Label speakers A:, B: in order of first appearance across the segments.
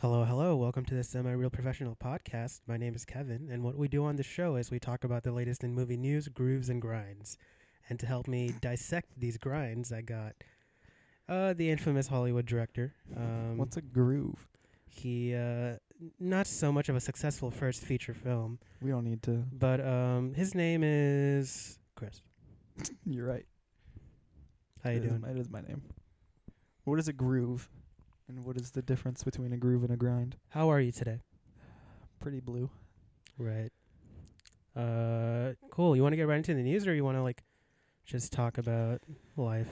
A: Hello, hello. Welcome to the Semi Real Professional Podcast. My name is Kevin, and what we do on the show is we talk about the latest in movie news, grooves, and grinds. And to help me dissect these grinds, I got uh, the infamous Hollywood director. Um,
B: What's a groove?
A: he uh, not so much of a successful first feature film,
B: We don't need to.
A: but um, his name is Chris.
B: You're right.
A: How you
B: It is
A: doing?
B: my- It is my name. What is a groove? And what is the difference between a groove and a grind?
A: How are you today?
B: Pretty blue.
A: Right. Uh, cool. You want to get right into the news, or you want to like just talk about life?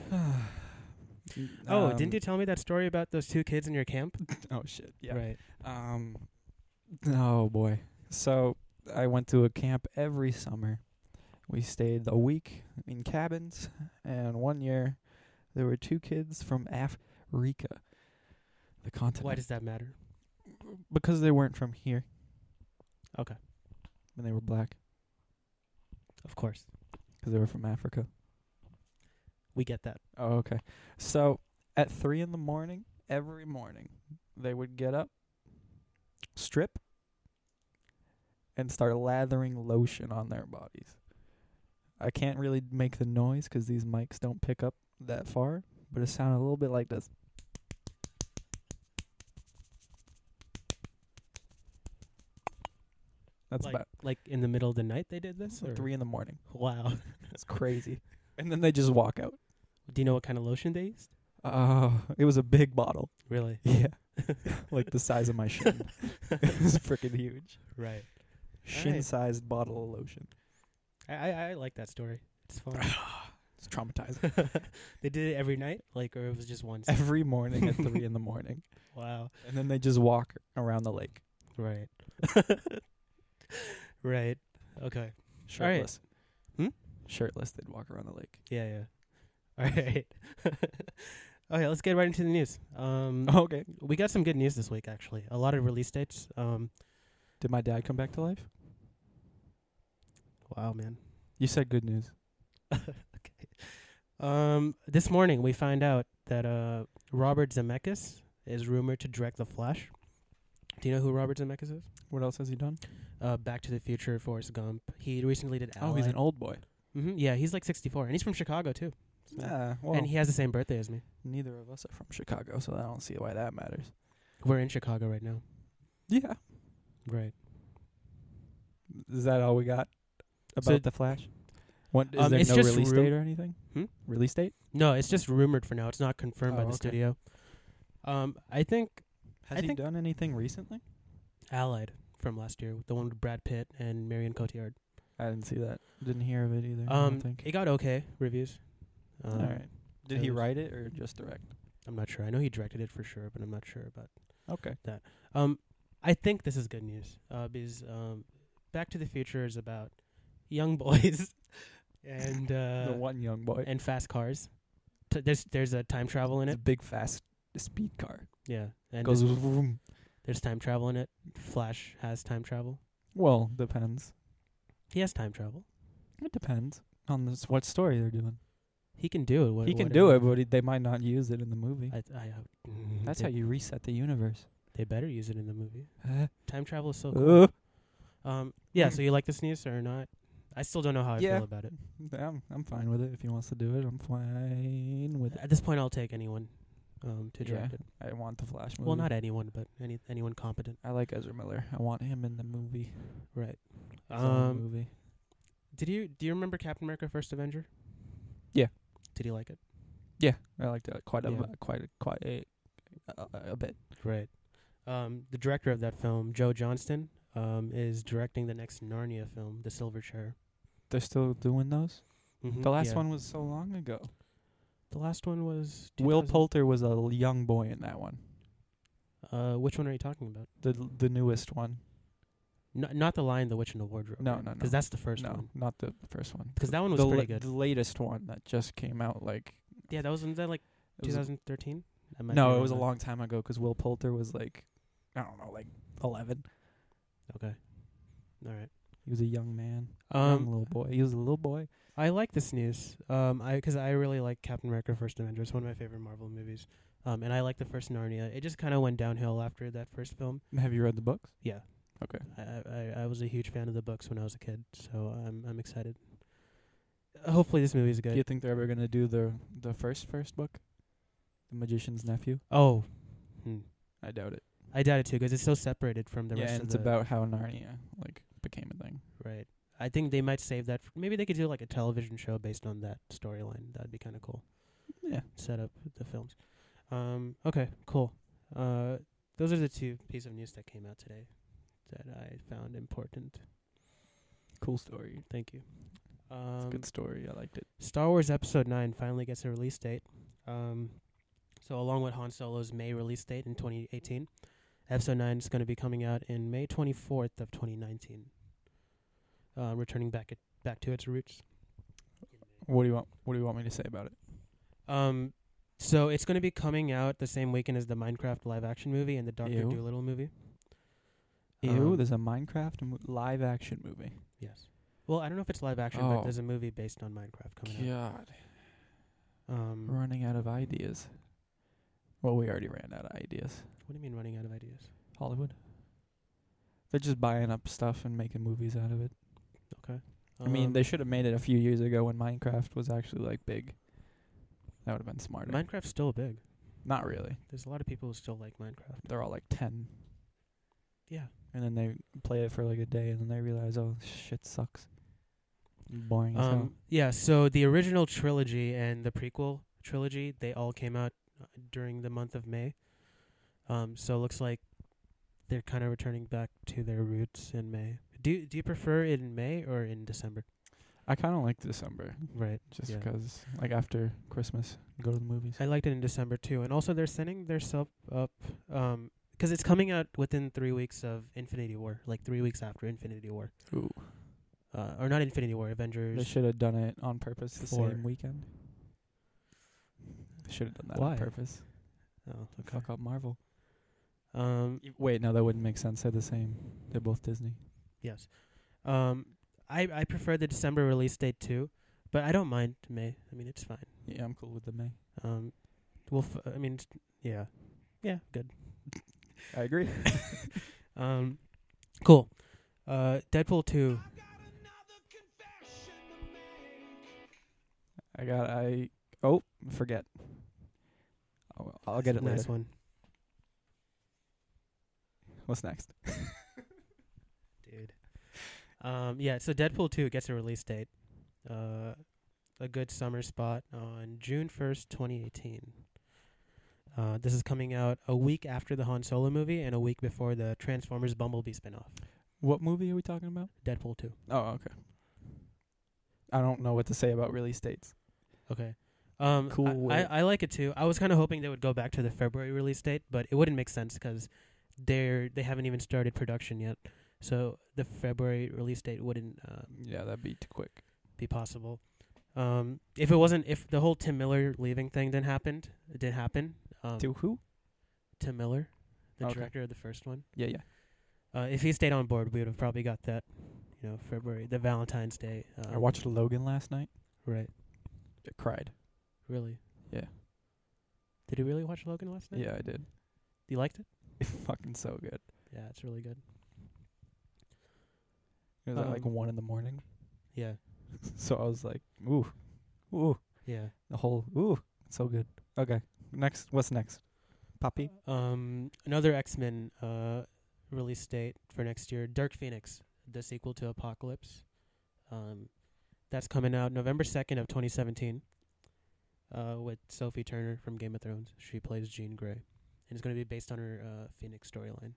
A: Oh, didn't you tell me that story about those two kids in your camp?
B: Um, oh shit. Yeah.
A: Right.
B: Um. Oh boy. So I went to a camp every summer. We stayed a week in cabins, and one year there were two kids from Africa, the continent.
A: Why does that matter?
B: because they weren't from here
A: Okay.
B: and they were black
A: Of course.
B: because they were from Africa.
A: We get that.
B: Oh, okay. So at three in the morning, every morning, they would get up, strip, and start lathering lotion on their bodies. I can't really make the noise 'cause these mics don't pick up that far, but it sounded a little bit like this. That's
A: like,
B: about
A: like in the middle of the night they did this?
B: it's like
A: or-
B: three in the morning.
A: Wow.
B: It's crazy. and then they just walk out.
A: Do you know what kind of lotion they used?
B: Oh, it was a big bottle.
A: Really?
B: Yeah. like the size of my shin. it's freaking huge.
A: Right.
B: Shin sized bottle of lotion.
A: I, I, I like that story. It's fun.
B: It's traumatizing.
A: they did it every night, like, or it was just once.
B: Every morning at three in the morning.
A: wow.
B: And then they just walk around the lake.
A: Right. right. Okay. right.
B: Shirtless.
A: Hmm?
B: Shirtless, they'd walk around the lake.
A: Yeah. Yeah. All right. okay. Let's get right into the news. Um,
B: Okay.
A: we got some good news this week, actually. A lot of release dates. Um,
B: Did my dad come back to life?
A: wow, man.
B: You said good news.
A: Um, this morning we find out that uh, Robert Zemeckis is rumored to direct The Flash. Do you know who Robert Zemeckis is?
B: What else has he done?
A: Uh, Back to the Future, Forrest Gump. He recently did.
B: Oh, he's an old boy.
A: hmm yeah, he's like 64, and he's from Chicago too. So-
B: Yeah, well,
A: and he has the same birthday as me.
B: neither of us are from Chicago, so I don't see why that matters.
A: We're in Chicago right now.
B: Yeah.
A: Right.
B: Is that all we got about
A: So-
B: the Flash? What is
A: Um,
B: there
A: it's
B: no
A: just
B: release
A: ru-
B: date or anything?
A: Hmm?
B: Release date?
A: No, it's just rumored for now. It's not confirmed by
B: Oh,
A: the
B: okay.
A: studio. Um, I think
B: Has
A: I
B: he
A: think-
B: done anything recently?
A: Allied from last year, the one with Brad Pitt and Marion Cotillard.
B: I didn't see that. Didn't hear of it either. I
A: Um,
B: don't think.
A: it got okay reviews. Um,
B: All right. Did
A: it
B: he
A: was-
B: write it or just direct?
A: I'm not sure. I know he directed it for sure, but I'm not sure about
B: Okay.
A: that. Um, I think this is good news uh, because um, Back to the Future is about young boys and uh,
B: the one young boy.
A: and fast cars. T- there's there's a time travel in
B: it's
A: it.
B: a big fast speed car.
A: Yeah, and
B: Goes
A: there's,
B: vroom.
A: there's time travel in it. Flash has time travel.
B: Well, depends.
A: He has time travel.
B: It depends on this what story they're doing.
A: He can do it. What,
B: he can
A: what
B: do it, but he, they might not use it in the movie.
A: I, I hope mm,
B: That's
A: they,
B: how you reset the universe.
A: They better use it in the movie.
B: Uh,
A: Time travel is so cool.
B: uh,
A: Um, yeah. So you like this news or not? I still don't know how I
B: Yeah.
A: feel about it.
B: I'm I'm fine with it. If he wants to do it, I'm fine with it.
A: At this point, I'll take anyone um, to direct
B: Yeah.
A: it.
B: I want the Flash movie.
A: Well, not anyone, but any anyone competent,
B: I like Ezra Miller. I want him in the movie.
A: right?
B: His own
A: Um,
B: movie.
A: did you do you remember Captain America: First Avenger?
B: Yeah.
A: Did you like it?
B: Yeah, I liked it quite a
A: Yeah.
B: bu- quite a, quite a, a, a bit.
A: Right. Um, the director of that film, Joe Johnston, um, is directing the next Narnia film, The Silver Chair.
B: They're still doing those.
A: Mhm,
B: The last
A: yeah.
B: one was so long ago.
A: The last one was
B: Will
A: 2000
B: Poulter was a l- young boy in that one.
A: Uh, which one are you talking about?
B: The the newest one.
A: No, not the Lion, the Witch, and the Wardrobe.
B: No, no, no.
A: Because that's the first
B: no,
A: one.
B: not the first one.
A: 'Cause that one was
B: the
A: pretty
B: la-
A: good.
B: The latest one that just came out like
A: Yeah, that was in that like
B: it was,
A: 2013.
B: no, it was a long time ago 'cause Will Poulter was like I don't know, like eleven.
A: Okay. All right.
B: He was a young man, young
A: Um,
B: little boy. He was a little boy.
A: I like this news. Um, I because I really like Captain America: First Avenger. It's one of my favorite Marvel movies. Um, and I like the first Narnia. It just kind of went downhill after that first film.
B: Have you read the books?
A: Yeah.
B: Okay.
A: I, I, I was a huge fan of the books when I was a kid, so I'm I'm excited. Hopefully, this movie is good.
B: Do you think they're ever gonna do the the first first book, The Magician's Nephew?
A: Oh, hmm.
B: I doubt it.
A: I doubt it too, 'cause it's so separated from the
B: yeah,
A: rest
B: and
A: of
B: it's
A: the
B: about how Narnia like became a thing.
A: right. I think they might save that. For, maybe they could do like a television show based on that storyline. That'd be kind of cool.
B: Yeah.
A: Set up the films. Um. Okay. Cool. Uh, those are the two pieces of news that came out today that I found important.
B: Cool story.
A: Thank you. Um,
B: It's a good story. I liked it.
A: Star Wars Episode 9 finally gets a release date. Um, so, along with Han Solo's May release date in 2018, Episode 9 is going to be coming out in May 24th of 2019, uh, returning back it, back to its roots.
B: What do you want? What do you want me to say about it?
A: Um, so, it's going to be coming out the same weekend as the Minecraft live action movie and the Doctor
B: Ew.
A: Doolittle movie.
B: Ew,
A: Um,
B: there's a Minecraft mo- live action movie.
A: yes. Well, I don't know if it's live action,
B: Oh.
A: but there's a movie based on Minecraft coming out.
B: God,
A: Um,
B: We're running out of ideas. Well, we already ran out of ideas.
A: What do you mean running out of ideas?
B: Hollywood. They're just buying up stuff and making movies out of it. I mean,
A: Um,
B: they should have made it a few years ago when Minecraft was actually like big. That would have been smarter.
A: Um, Minecraft's still big.
B: Not really.
A: There's a lot of people who still like Minecraft.
B: They're all like ten,
A: Yeah.
B: and then they play it for like a day, and then they realize, oh, this shit sucks. Boring as hell.
A: Um, yeah, so the original trilogy and the prequel trilogy, they all came out uh, during the month of May. Um, so it looks like they're kind of returning back to their roots in May. Do do you prefer it in May or in December?
B: I kind of like December
A: Right.
B: just
A: Yeah.
B: 'cause like after Christmas, go to the movies.
A: I liked it in December too. And also they're sending their sub up um 'cause it's coming out within 3 weeks of Infinity War, like 3 weeks after Infinity War.
B: Ooh,
A: Uh, or not Infinity War,
B: they
A: Avengers.
B: should have done it on purpose the
A: Four.
B: same weekend. They should have done that
A: Why?
B: on purpose.
A: Oh, okay.
B: Fuck up Marvel.
A: Um
B: Y- Wait, no, that wouldn't make sense. They're the same. They're both Disney.
A: Yes. Um, I I prefer the December release date too, but I don't mind May. I mean, it's fine.
B: Yeah, I'm cool with the May.
A: Um, we'll. F- I mean, it's- yeah, yeah, good.
B: I agree.
A: Um, cool. Uh, Deadpool two.
B: I got. I oh, forget. I'll, I'll get it
A: nice
B: later.
A: one,
B: What's next?
A: dude. Um, yeah. So Deadpool two gets a release date. Uh, a good summer spot on June first, twenty eighteen. Uh, this is coming out a week after the Han Solo movie and a week before the Transformers Bumblebee spinoff,
B: What movie are we talking about?
A: Deadpool two.
B: Oh, okay. I don't know what to say about release dates.
A: Okay. Um,
B: Cool
A: cool. I,
B: way.
A: I, I like it too. I was kind of hoping they would go back to the February release date, but it wouldn't make sense because they're they haven't even started production yet. So the February release date wouldn't uh,
B: Yeah, that'd be too quick.
A: be possible. Um, if it wasn't, if the whole Tim Miller leaving thing didn't happen, it did happen. Um,
B: to who?
A: Tim Miller, the
B: Okay.
A: director of the first one,
B: Yeah, yeah.
A: uh, if he stayed on board, we would have probably got that, you know, February, the Valentine's Day. Um,
B: I watched Logan last night.
A: Right.
B: I cried.
A: Really.
B: Yeah.
A: Did you really watch Logan last night?
B: Yeah, I did.
A: You liked it?
B: Fucking so good.
A: Yeah, it's really good.
B: It was at like
A: Um,
B: one in the morning,
A: Yeah.
B: so I was like, ooh, ooh,
A: Yeah.
B: the whole ooh, so good. Okay, next. What's next? Poppy.
A: Um, another X Men uh, release date for next year. Dark Phoenix, the sequel to Apocalypse. Um, that's coming out November second of 2017. Uh, with Sophie Turner from Game of Thrones, she plays Jean Grey, and it's going to be based on her uh, Phoenix storyline,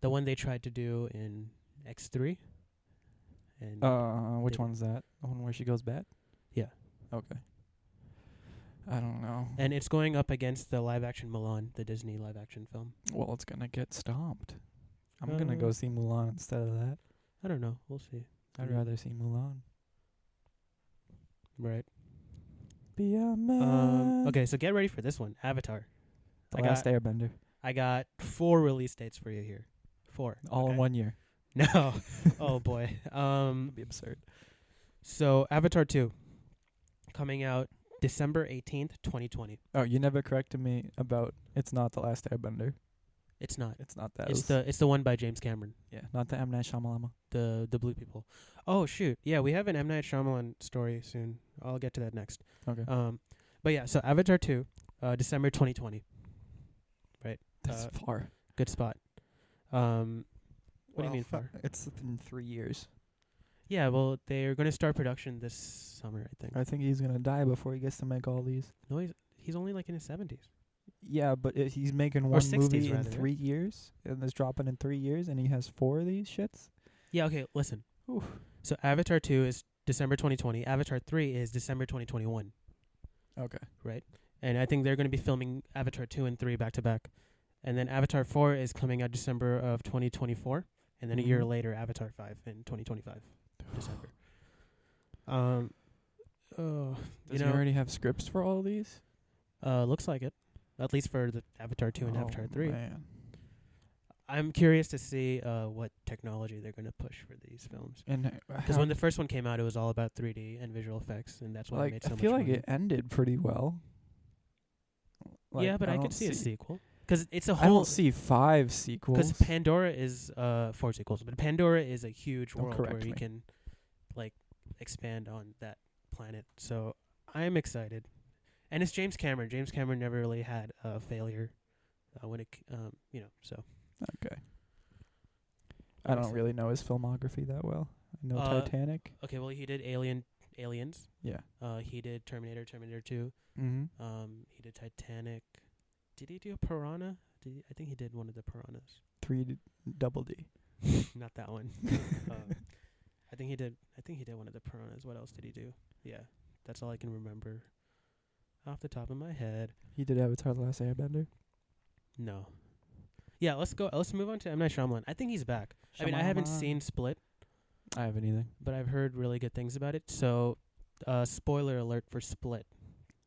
A: the one they tried to do in X three. And
B: Uh, which
A: Big.
B: one's that? The one where she goes bad?
A: Yeah.
B: Okay. I don't know.
A: and it's going up against the live action Milan, the Disney live action film.
B: well, it's gonna get stomped. I'm gonna
A: Uh,
B: go see Mulan instead of that.
A: I don't know. We'll see.
B: I'd
A: Mm.
B: rather see Mulan.
A: Right.
B: Be a man.
A: Um, okay, so get ready for this one, Avatar.
B: Uh, The
A: I
B: Last
A: got-
B: Airbender,
A: I got four release dates for you here. Four.
B: all in
A: okay?
B: one year.
A: No. oh boy. Um.
B: That'd be absurd.
A: So Avatar two, coming out December 18th, 2020.
B: Oh, you never corrected me about it's not the last Airbender.
A: It's not.
B: It's not that.
A: it's
B: It was-
A: the it's the one by James Cameron,
B: yeah, not the M Night Shyamalan.
A: the the blue people. Oh shoot. Yeah, we have an M Night Shyamalan story soon. I'll get to that next.
B: Okay,
A: Um but yeah, so Avatar 2, uh December 2020.
B: that's
A: uh,
B: far.
A: Good spot. Um what do you
B: Well,
A: mean
B: fu-
A: far?
B: It's in three years.
A: Yeah, well, they're going to start production this summer, I think.
B: I think he's gonna die before he gets to make all these.
A: No, he's, he's only like in his 70s.
B: Yeah, but if he's making one
A: 60s
B: movie in
A: rather, right?
B: three years, and it's dropping in three years, and he has four of these shits.
A: Yeah, okay, listen.
B: Oof.
A: So Avatar 2 is December 2020, Avatar 3 is December 2021,
B: Okay.
A: right? And I think they're going to be filming Avatar 2 and 3 back to back. And then Avatar 4 is coming out December of 2024, and then a year
B: Mhm.
A: later Avatar 5 in 2025 December. Um oh,
B: Does
A: you
B: he
A: know,
B: already have scripts for all these?
A: uh looks like it. At least for the Avatar 2 and
B: Oh,
A: Avatar 3.
B: Man.
A: I'm curious to see uh, what technology they're going to push for these films.
B: And uh,
A: Because
B: how-
A: when the first one came out, it was all about 3D and visual effects, and that's why it
B: like,
A: made so
B: I feel
A: much
B: like
A: money.
B: it ended pretty well.
A: yeah,
B: Like,
A: but I,
B: don't
A: could see, a
B: see
A: sequel because it's a
B: I
A: whole.
B: don't see five sequels.
A: Because Pandora is uh four sequels, but Pandora is a huge
B: Don't
A: world where
B: correct
A: you
B: me.
A: can like expand on that planet. So I'm excited, and it's James Cameron. James Cameron never really had a failure uh, when it c um you know so
B: I don't
A: Obviously.
B: really know his filmography that well. I know
A: Uh,
B: Titanic.
A: okay well he did Alien Aliens
B: Yeah.
A: uh he did Terminator Terminator Two
B: Mm-hmm.
A: Um, he did Titanic. Did he do a Piranha? Did he, I think he did one of the Piranhas.
B: Three d- double D.
A: Not that one. um, I think he did. I think he did one of the Piranhas. What else did he do? Yeah, that's all I can remember off the top of my head.
B: He did Avatar: The Last Airbender.
A: No. Yeah, let's go. Let's move on to M Night Shyamalan. I think he's back. I mean, I haven't
B: Shyamalan.
A: seen Split,
B: I haven't either.
A: but I've heard really good things about it. So, uh, spoiler alert for Split.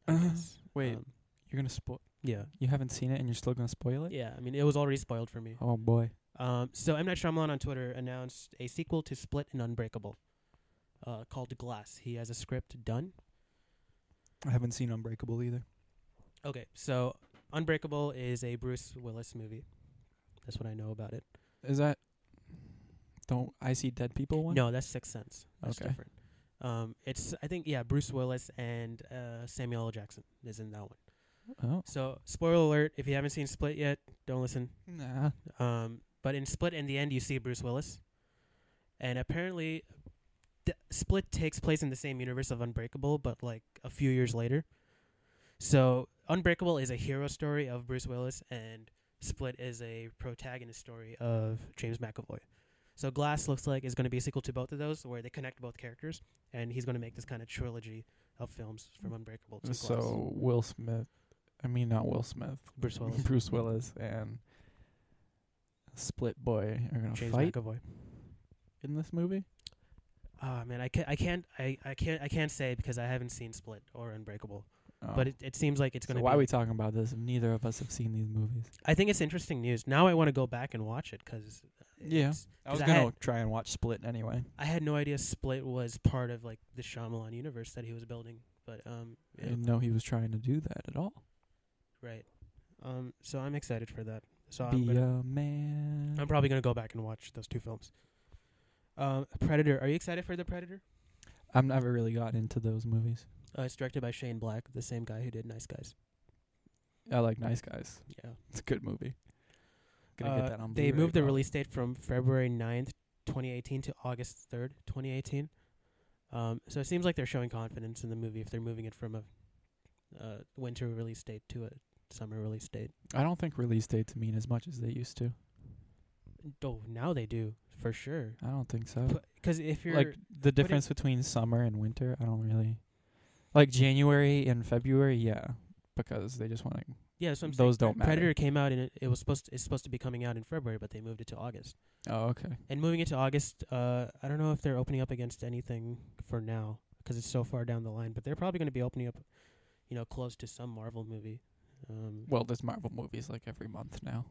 A: I
B: Uh-huh.
A: guess.
B: Wait.
A: Um,
B: You're gonna spoil.
A: yeah.
B: You haven't seen it, and you're still gonna spoil it.
A: Yeah. I mean, it was already spoiled for me.
B: Oh boy.
A: Um, so M Night Shyamalan on Twitter announced a sequel to Split and Unbreakable, uh, called Glass. He has a script done.
B: I haven't seen Unbreakable either.
A: Okay, so Unbreakable is a Bruce Willis movie. That's what I know about it.
B: Is that? Don't I see dead people one?
A: No, that's Sixth Sense. That's
B: Okay.
A: different. Um, it's I think yeah, Bruce Willis and uh, Samuel L. Jackson is in that one.
B: Oh.
A: So spoiler alert: if you haven't seen Split yet, don't listen.
B: Nah.
A: Um, but in Split, in the end, you see Bruce Willis, and apparently, th- Split takes place in the same universe of Unbreakable, but like a few years later. So Unbreakable is a hero story of Bruce Willis, and Split is a protagonist story of James McAvoy. So Glass looks like is going to be a sequel to both of those, where they connect both characters, and he's going to make this kind of trilogy of films from Unbreakable to Glass.
B: So Will Smith. I mean, not Will Smith.
A: Bruce Willis,
B: Bruce Willis and Split Boy are gonna
A: James
B: fight
A: McAvoy.
B: in this movie.
A: Oh man, I can't, I can't, I, I can't, I can't say because I haven't seen Split or Unbreakable.
B: Oh.
A: But it, it seems like it's
B: so
A: going to.
B: why
A: be,
B: are we talking about this? if Neither of us have seen these movies.
A: I think it's interesting news. Now I want to go back and watch it because.
B: Yeah. I
A: 'cause
B: was
A: I
B: gonna
A: had-
B: try and watch Split anyway.
A: I had no idea Split was part of like the Shyamalan universe that he was building, but um,
B: I
A: yeah,
B: didn't know he was trying to do that at all.
A: right. Um, so I'm excited for that. So I'm,
B: Be uh,
A: gonna,
B: a man.
A: I'm probably going to go back and watch those two films. Um, Predator. Are you excited for the Predator?
B: I've never really gotten into those movies.
A: Uh, it's directed by Shane Black, the same guy who did Nice Guys.
B: I like Nice Guys.
A: Yeah.
B: It's a good movie. Gonna
A: Uh,
B: get that on.
A: They
B: Blu-ray
A: moved the
B: probably.
A: release date from February 9th, 2018 to August 3rd, 2018. Um, so it seems like they're showing confidence in the movie if they're moving it from a uh, winter release date to a summer release date.
B: I don't think release dates mean as much as they used to.
A: Oh, now they do, for sure.
B: I don't think so.
A: Because if you're.
B: like the difference between summer and winter, I don't really like January and February. Yeah, because they just want to.
A: yeah, so I'm
B: those
A: saying.
B: don't matter.
A: Predator came out and it, it was supposed to, it's supposed to be coming out in February, but they moved it to August.
B: Oh, okay.
A: And moving it to August, uh, I don't know if they're opening up against anything for now 'cause it's so far down the line. But they're probably going to be opening up, you know, close to some Marvel movie. Um,
B: Well, there's Marvel movies like every month now.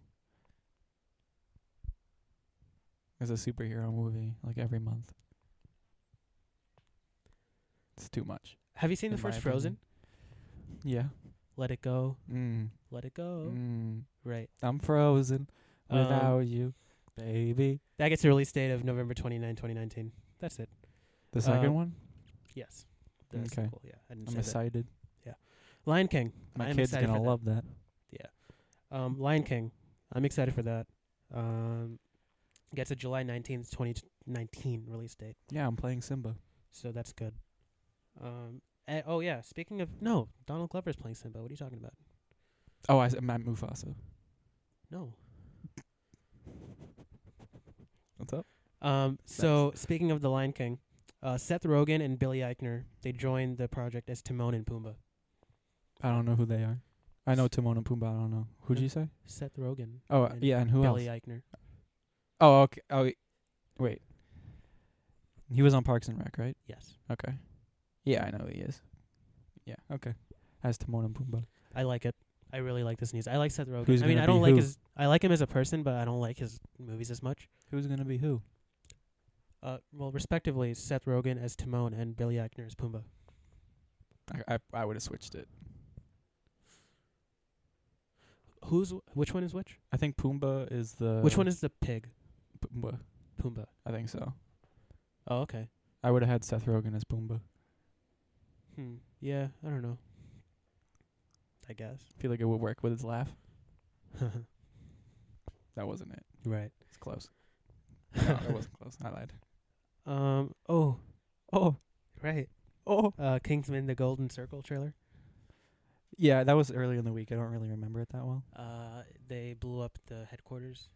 B: There's a superhero movie like every month. It's too much.
A: have you seen the
B: in my
A: first
B: opinion.
A: Frozen?
B: Yeah.
A: Let it go.
B: Mm.
A: Let it go.
B: Mm.
A: Right.
B: I'm frozen
A: Um,
B: without you, baby.
A: That gets a release date of November 29, 2019. That's it.
B: The second
A: um,
B: one.
A: Yes. The
B: Okay.
A: sequel, Yeah. I didn't say
B: I'm
A: that.
B: excited.
A: Lion King.
B: My
A: I'm
B: kid's
A: excited
B: gonna
A: for
B: love that.
A: that. Um, Lion King. I'm excited for that. Um, gets a July 19th, 2019 release date.
B: Yeah, I'm playing Simba.
A: So that's good. Um, eh, oh, yeah. Speaking of. No, Donald Glover's playing Simba. What are you talking about?
B: Oh, I s- I'm at Mufasa.
A: No.
B: What's up?
A: Um, so speaking of the Lion King, uh, Seth Rogen and Billy Eichner they joined the project as Timon and Pumbaa.
B: I don't know who they are. I know Timon and Pumbaa. I don't know. Who'd
A: Yeah.
B: you say?
A: Seth Rogen.
B: Oh, uh,
A: and
B: yeah, and who else?
A: Billy Eichner.
B: Oh, okay. Oh, y- wait. He was on Parks and Rec, right?
A: Yes,
B: Okay. Yeah, I know he is. Yeah. Okay. As Timon and Pumbaa.
A: I like it. I really like this news. I like Seth Rogen.
B: Who's
A: I mean,
B: gonna
A: I don't
B: be
A: like
B: who?
A: his. I like him as a person, but I don't like his movies as much.
B: Who's gonna be who?
A: Uh, well, respectively, Seth Rogen as Timon and Billy Eichner as Pumbaa.
B: I I, I would have switched it.
A: Who's which one is which?
B: I think Pumbaa is the
A: which one is the pig?
B: Pumbaa?
A: Pumbaa.
B: I think so.
A: Oh, okay.
B: I would have had Seth Rogen as Pumbaa.
A: Hmm. Yeah, I don't know. I guess.
B: I feel like it would work with his laugh. That wasn't it.
A: right.
B: It's close. No, it wasn't close. I lied.
A: Um. Oh.
B: Oh,
A: Right.
B: oh.
A: uh, Kingsman: The Golden Circle trailer.
B: Yeah, that was early in the week. I don't really remember it that well.
A: Uh, they blew up the headquarters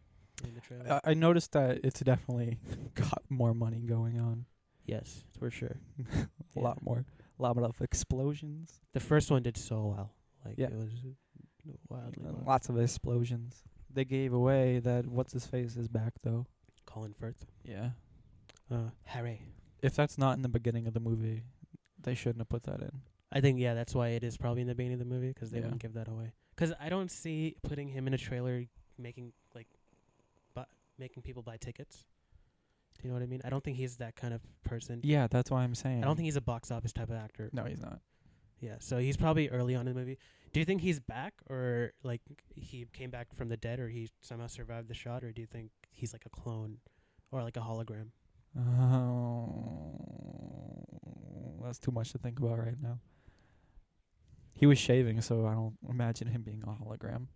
A: in the trailer.
B: I, I noticed that it's definitely got more money going on.
A: yes, for sure.
B: A
A: Yeah.
B: lot more. A lot of explosions.
A: The first one did so well. Like
B: Yeah.
A: it was wildly
B: and
A: wild.
B: Lots of explosions. They gave away that what's his face is back though.
A: Colin Firth,
B: Yeah.
A: uh, Harry.
B: If that's not in the beginning of the movie, they shouldn't have put that in.
A: I think yeah, that's why it is probably in the beginning of the movie 'cause they
B: Yeah.
A: wouldn't give that away. 'Cause I don't see putting him in a trailer making like, bu- making people buy tickets. Do you know what I mean? I don't think he's that kind of person.
B: Yeah, that's why I'm saying.
A: I don't think he's a box office type of actor.
B: No, he's not.
A: Yeah, so he's probably early on in the movie. Do you think he's back, or like he came back from the dead, or he somehow survived the shot, or do you think he's like a clone, or like a hologram?
B: Oh, Um, that's too much to think about right now. He was shaving, so I don't imagine him being a hologram.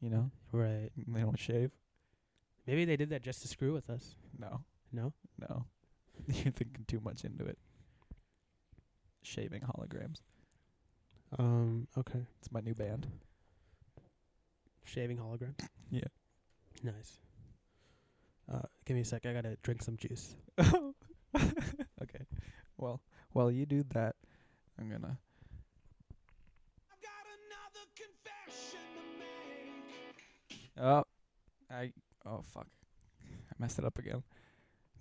B: You know,
A: Right.
B: they don't shave.
A: Maybe they did that just to screw with us.
B: No,
A: No.
B: no, you're thinking too much into it. Shaving holograms.
A: Um. Okay.
B: It's my new band.
A: Shaving hologram.
B: Yeah.
A: Nice. Uh, give me a sec. I gotta drink some juice.
B: okay. Well, while you do that, I'm gonna.
C: I've got another confession to make.
B: Oh, I. Oh fuck, I messed it up again.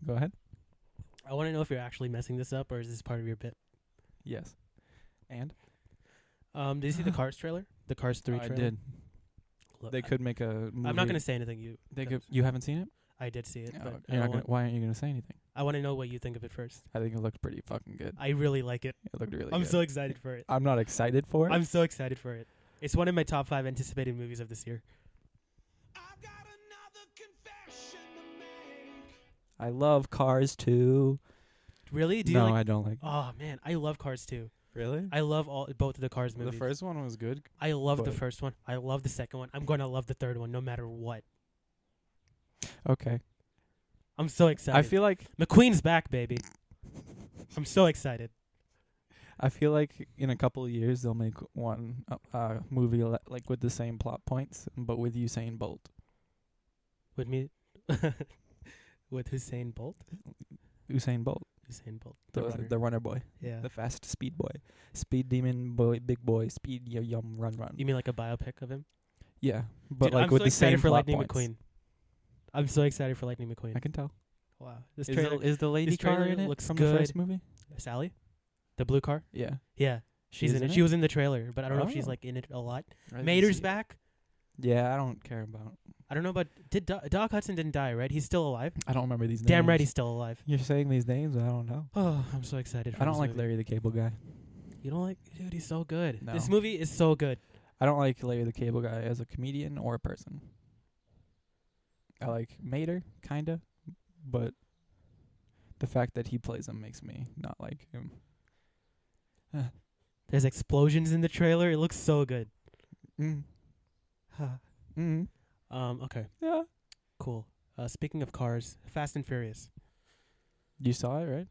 B: Go ahead.
A: I want to know if you're actually messing this up, or is this part of your bit?
B: Yes. And
A: Um. Did you see the Cars trailer? The Cars three
B: I
A: trailer.
B: did.
A: Look,
B: They
A: I-
B: could make a. Movie.
A: I'm not gonna say anything. You.
B: They
A: that
B: could.
A: was-
B: You haven't seen it.
A: I did see it,
B: Yeah,
A: but
B: Oh, okay.
A: I, don't
B: You're not gonna,
A: want,
B: why aren't you gonna say anything?
A: I want to know what you think of it first.
B: I think it looked pretty fucking good.
A: I really like it.
B: It looked really.
A: I'm
B: good.
A: so excited for it.
B: I'm not excited for it.
A: I'm so excited for it. It's one of my top five anticipated movies of this year.
C: I've got another confession to make.
B: I love Cars too.
A: Really? Do you
B: no,
A: like?
B: I don't like.
A: oh man, I love Cars too.
B: Really?
A: I love all both of the Cars
B: the
A: movies.
B: first one was good.
A: I love the
B: but-
A: first one. I love the second one. I'm gonna love the third one, no matter what.
B: Okay.
A: I'm so excited.
B: I feel like.
A: McQueen's back, baby. I'm so excited.
B: I feel like in a couple of years they'll make one uh, uh, movie li- like with the same plot points, but with Usain Bolt.
A: With me, with Hussein Bolt.
B: Usain Bolt,
A: Hussein Bolt,
B: the
A: the,
B: the
A: runner.
B: runner, boy,
A: yeah.
B: the fast speed boy, speed demon boy, big boy, speed yo yum run run.
A: you mean like a biopic of him?
B: Yeah, but
A: Dude,
B: like
A: I'm
B: with
A: so
B: the
A: excited
B: same
A: for
B: plot
A: Lightning
B: points.
A: McQueen. I'm so excited for Lightning McQueen.
B: I can tell.
A: Wow, this
B: is,
A: trailer.
B: the, is the lady
A: this trailer
B: car in it
A: looks
B: from the first
A: good.
B: movie?
A: Sally, the blue car.
B: Yeah,
A: Yeah, she's in it. She was in the trailer, but I don't know if she's
B: Oh.
A: like in it a lot.
B: I didn't
A: Mater's
B: see it.
A: back.
B: Yeah, I don't care about.
A: I don't know, but did Do- Doc Hudson didn't die, right? He's still alive.
B: I don't remember these.
A: Damn
B: names.
A: right, he's still alive.
B: You're saying these names. I don't know.
A: Oh, I'm so excited. For
B: I don't
A: this
B: like
A: movie.
B: Larry the Cable Guy.
A: You don't like, dude? He's so good.
B: No.
A: This movie is so good.
B: I don't like Larry the Cable Guy as a comedian or a person. I like Mater, kinda, but the fact that he plays him makes me not like him.
A: There's explosions in the trailer. It looks so good.
B: Mm.
A: Huh.
B: Mm.
A: um. Okay.
B: Yeah.
A: Cool. Uh, speaking of cars, Fast and Furious.
B: You saw it, right?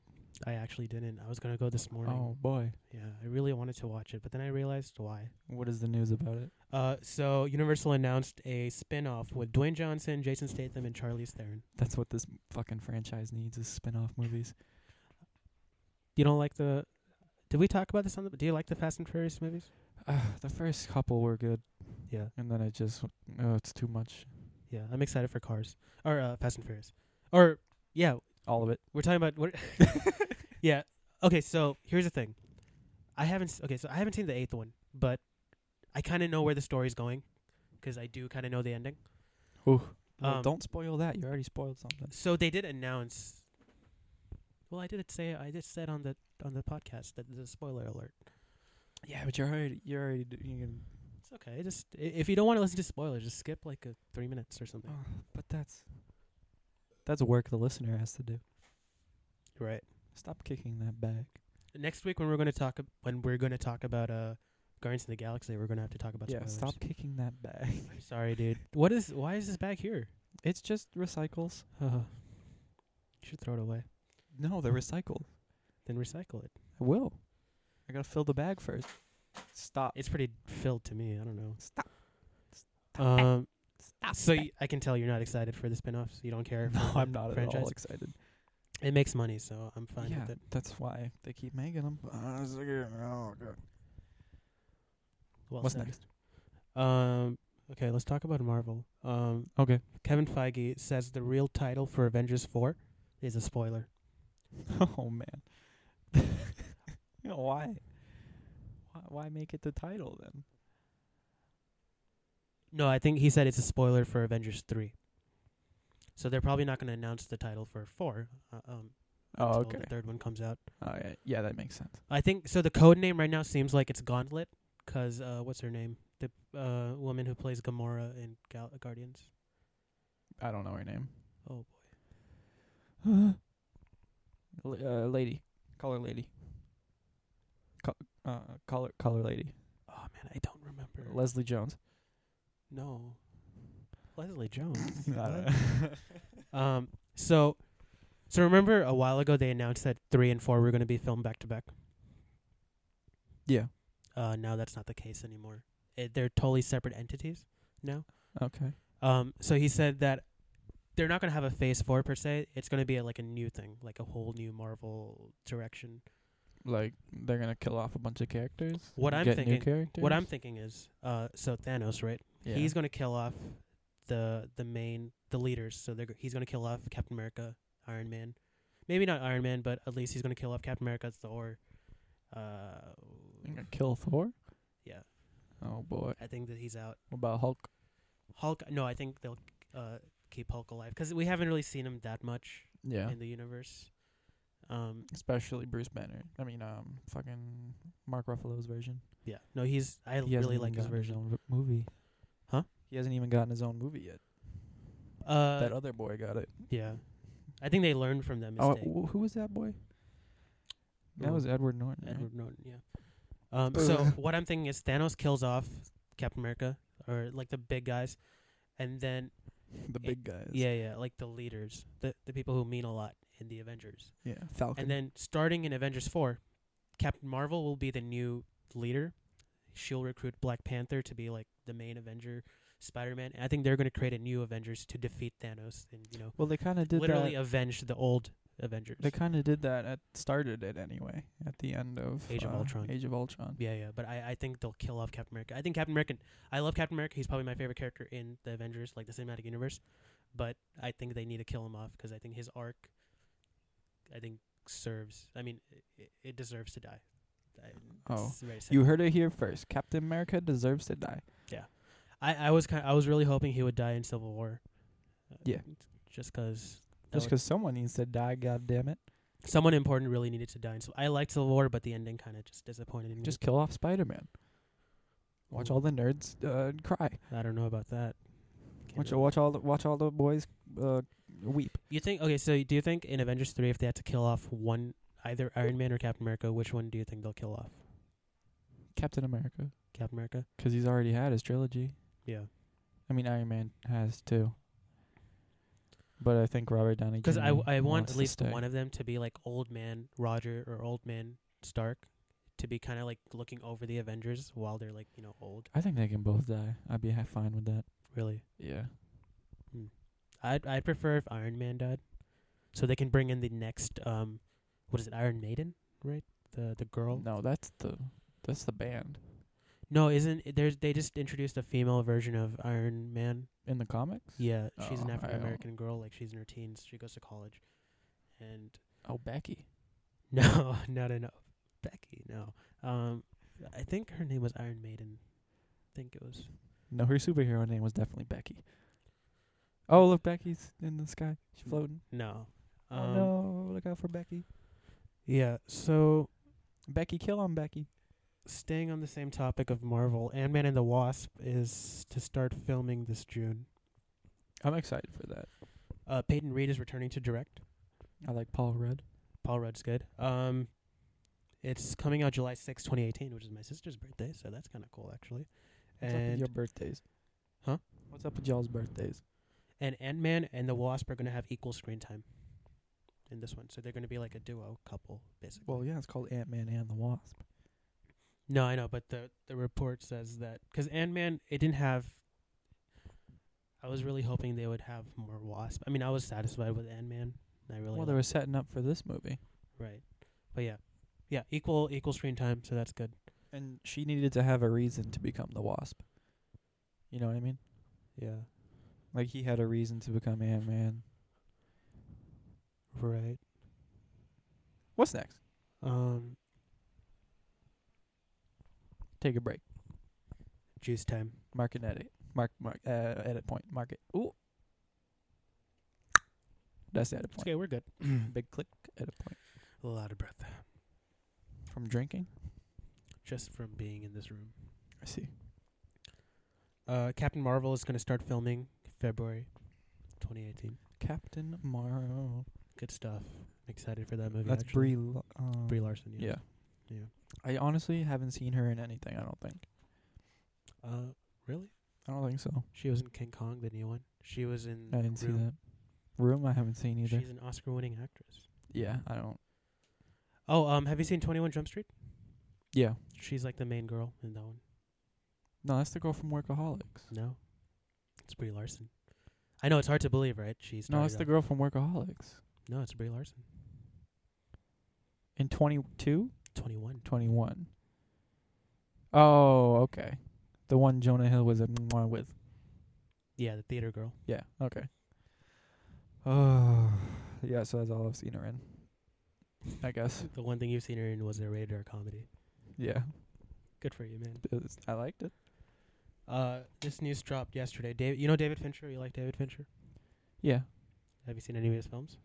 A: I actually didn't. I was gonna go this morning.
B: Oh boy.
A: Yeah, I really wanted to watch it, but then I realized why.
B: What is the news about it?
A: Uh, so Universal announced a spin-off with Dwayne Johnson, Jason Statham, and Charlize Theron.
B: That's what this fucking franchise needs is spin-off movies.
A: You don't like the? Did we talk about this on the? Do you like the Fast and Furious movies?
B: Uh, the first couple were good,
A: Yeah,
B: and then it just oh, it's too much.
A: yeah. I'm excited for Cars or uh, Fast and Furious. Or yeah,
B: All of it.
A: we're talking about what? yeah. Okay, so here's the thing. I haven't. s Okay, so I haven't seen the eighth one, but I kind of know where the story's going because I do kind of know the ending.
B: Ooh. Well,
A: Um,
B: don't spoil that. You already spoiled something.
A: So they did announce. Well, I did say I just said on the on the podcast that there's a spoiler alert.
B: Yeah, but you're already you're already d- you can
A: It's okay. Just i- if you don't want to listen to spoilers, just skip like a three minutes or something.
B: Oh, but that's that's work the listener has to do.
A: Right.
B: Stop kicking that bag.
A: Next week when we're going to talk ab- when we're going to talk about uh Guardians of the Galaxy, we're going to have to talk about spoilers.
B: stop kicking that bag.
A: I'm sorry, dude. What is why is this back here?
B: It's just recycles.
A: Uh, you should throw it away.
B: No, they're recycled.
A: Then recycle it.
B: I will. I gotta fill the bag first. Stop.
A: It's pretty filled to me. I don't know.
B: Stop. Stop.
A: Um,
B: Stop.
A: so y- I can tell you're not excited for the spin-offs. You don't care.
B: no,
A: for
B: I'm
A: the
B: not
A: franchise.
B: at all excited.
A: It makes money, so I'm fine
B: yeah,
A: with it.
B: that's why they keep making them. Oh, God.
A: Well
B: What's
A: said.
B: next?
A: Um, okay, let's talk about Marvel. Um,
B: Okay.
A: Kevin Feige says the real title for Avengers 4 is a spoiler.
B: Oh man. you know why? why? Why make it the title then?
A: No, I think he said it's a spoiler for Avengers 3. So they're probably not going to announce the title for 4 uh, um,
B: Oh,
A: until
B: okay.
A: the third one comes out.
B: Oh, yeah. yeah, that makes sense.
A: I think so. The code name right now seems like it's Gauntlet, 'cause uh, what's her name? The uh, woman who plays Gamora in Gal- Guardians.
B: I don't know her name.
A: Oh
B: L- uh, lady, color lady, Co- uh, color color lady,
A: boy. Oh man, I don't remember.
B: Leslie Jones.
A: no, Leslie
B: Oh,
A: Jones.
B: I don't
A: What?
B: know.
A: Um, so, so remember a while ago they announced that three and four were going to be filmed back to back.
B: yeah.
A: Uh, now that's not the case anymore. It, they're totally separate entities now.
B: Okay.
A: Um, so he said that they're not going to have a phase four per se. It's going to be like a new thing, like a whole new Marvel direction.
B: Like they're gonna kill off a bunch of characters.
A: What
B: and
A: I'm
B: get
A: thinking-
B: New characters.
A: What I'm thinking is, uh, so Thanos, right?
B: yeah.
A: He's going to kill off the the main the leaders. So they're, g- he's going to kill off Captain America, Iron Man. Maybe not Iron Man, but at least he's going to kill off Captain America, Thor. Uh,
B: They're gonna kill Thor.
A: Yeah.
B: Oh boy.
A: I think that he's out.
B: What about Hulk?
A: Hulk. No, I think they'll uh, keep Hulk alive because we haven't really seen him that much
B: Yeah.
A: in the universe. Um,
B: Especially Bruce Banner. I mean, um, fucking Mark Ruffalo's version.
A: yeah. No, he's. I
B: He hasn't
A: really
B: even
A: like his
B: gotten
A: version.
B: own v- movie.
A: Huh?
B: He hasn't even gotten his own movie yet. that
A: Uh,
B: other boy got it.
A: yeah. I think they learned from that
B: Oh,
A: mistake.
B: wh- who was that boy? That
A: Who?
B: was Edward Norton. right?
A: Edward Norton, yeah. Um, so what I'm thinking is Thanos kills off Captain America or like the big guys, and then
B: the
A: big
B: guys.
A: Eh, yeah, yeah, like the leaders, the the people who mean a lot in the Avengers.
B: yeah. Falcon.
A: And then starting in Avengers four, Captain Marvel will be the new leader. She'll recruit Black Panther to be like the main Avenger, Spider Man. I think they're going to create a new Avengers to defeat Thanos and you know
B: well, they kind of did
A: literally
B: that.
A: avenge the old Avengers.
B: They kind of did that. At started it anyway. At the end of
A: Age of
B: uh,
A: Ultron.
B: Age of Ultron.
A: Yeah, yeah, but I, I think they'll kill off Captain America. I think Captain America. I love Captain America. He's probably my favorite character in the Avengers, like the cinematic universe. But I think they need to kill him off because I think his arc, I think serves. I mean, it, it deserves to die. I,
B: Oh.
A: it's very sad.
B: You heard it here first. Captain America deserves to die.
A: I, I was kind. I was really hoping he would die in Civil War. Uh,
B: Yeah.
A: just because.
B: Just 'cause someone needs to die. God damn it.
A: Someone important really needed to die. And so I liked Civil War, but the ending kind of just disappointed me.
B: Just kill off Spider Man. Watch
A: Ooh.
B: all the nerds uh, cry.
A: I don't know about that. Can't
B: Watch
A: really-
B: watch all the, watch all the boys uh, weep.
A: You think okay? So do you think in Avengers three, if they had to kill off one, either Iron Man or Captain America, which one do you think they'll kill off?
B: Captain America,
A: Captain America.
B: 'cause he's already had his trilogy.
A: Yeah.
B: I mean, Iron Man has too. But I think Robert Downey.
A: Because I,
B: Jr.
A: I want
B: wants
A: at
B: to
A: least
B: stay.
A: one of them to be like old man Roger or old man Stark, to be kind of like looking over the Avengers while they're like you know old.
B: I think they can both die. I'd be ha- fine with that.
A: Really,
B: Yeah.
A: I'd I'd prefer if Iron Man died, so they can bring in the next um, what is it Iron Maiden right? The the girl.
B: No, that's the that's the band
A: No, isn't there's they just introduced a female version of Iron Man
B: in the comics.
A: Yeah, she's an
B: Oh, I don't-
A: African American girl. Like she's in her teens. She goes to college, and
B: Oh, Becky.
A: no, not enough. Becky, no. Um, I think her name was Iron Maiden. I think it was.
B: No, her superhero name was definitely Becky. Oh, look, Becky's in the sky. She's floating.
A: No. Um,
B: oh no! Look out for Becky.
A: Yeah. So
B: Becky, kill on Becky.
A: staying on the same topic of Marvel, Ant Man and the Wasp is to start filming this June.
B: I'm excited for that.
A: Uh, Peyton Reed is returning to direct.
B: I like Paul Rudd.
A: Paul Rudd's good. Um, it's coming out July sixth, 2018, which is my sister's birthday, so that's kind of cool actually.
B: What's up with
A: and
B: your birthdays?
A: Huh?
B: What's up with y'all's birthdays?
A: and Ant Man and the Wasp are going to have equal screen time in this one, so they're going to be like a duo couple, basically.
B: Well, yeah, it's called Ant Man and the Wasp.
A: no, I know, but the the report says that because Ant Man it didn't have. I was really hoping they would have more Wasp. I mean, I was satisfied with Ant Man. I really
B: Well, they
A: liked-
B: were setting up for this movie,
A: right, but yeah, yeah, equal equal screen time, so that's good.
B: and she needed to have a reason to become the Wasp. You know what I mean?
A: Yeah,
B: Like he had a reason to become Ant Man.
A: right.
B: What's next?
A: Um,
B: Take a break.
A: juice time.
B: Mark and edit. Mark mark uh, edit point. Mark it. Ooh. That's the edit point.
A: Okay, we're good.
B: Big click edit point.
A: A lot of breath
B: From drinking?
A: just from being in this room.
B: I see.
A: Uh, Captain Marvel is going to start filming February 2018.
B: Captain Morrow.
A: Good stuff. excited for that movie.
B: That's
A: actually.
B: Brie L- um,
A: Brie Larson.
B: Yeah.
A: Yeah.
B: I honestly haven't seen her in anything, I don't think.
A: Uh, really?
B: I don't think so.
A: She was in King Kong, the new one. She was in.
B: I didn't see
A: Room.
B: that. Room I haven't seen either.
A: She's an Oscar-winning actress.
B: yeah, I don't
A: Oh, um, have you seen 21 Jump Street?
B: Yeah.
A: She's like the main girl in that one.
B: No, that's the girl from Workaholics.
A: No, it's Brie Larson. I know it's hard to believe, right? She's
B: No, that's the girl from Workaholics.
A: No, it's Brie Larson.
B: In 22?
A: 21.
B: 21. Oh, okay. The one Jonah Hill was a mwah with.
A: Yeah, the theater girl.
B: Yeah, okay. Oh, yeah, so that's all I've seen her in. I guess.
A: The one thing you've seen her in was a rated R comedy.
B: Yeah.
A: Good for you, man.
B: It's, I liked it.
A: Uh, this news dropped yesterday. David, you know David Fincher. You like David Fincher?
B: Yeah.
A: Have you seen any of his films?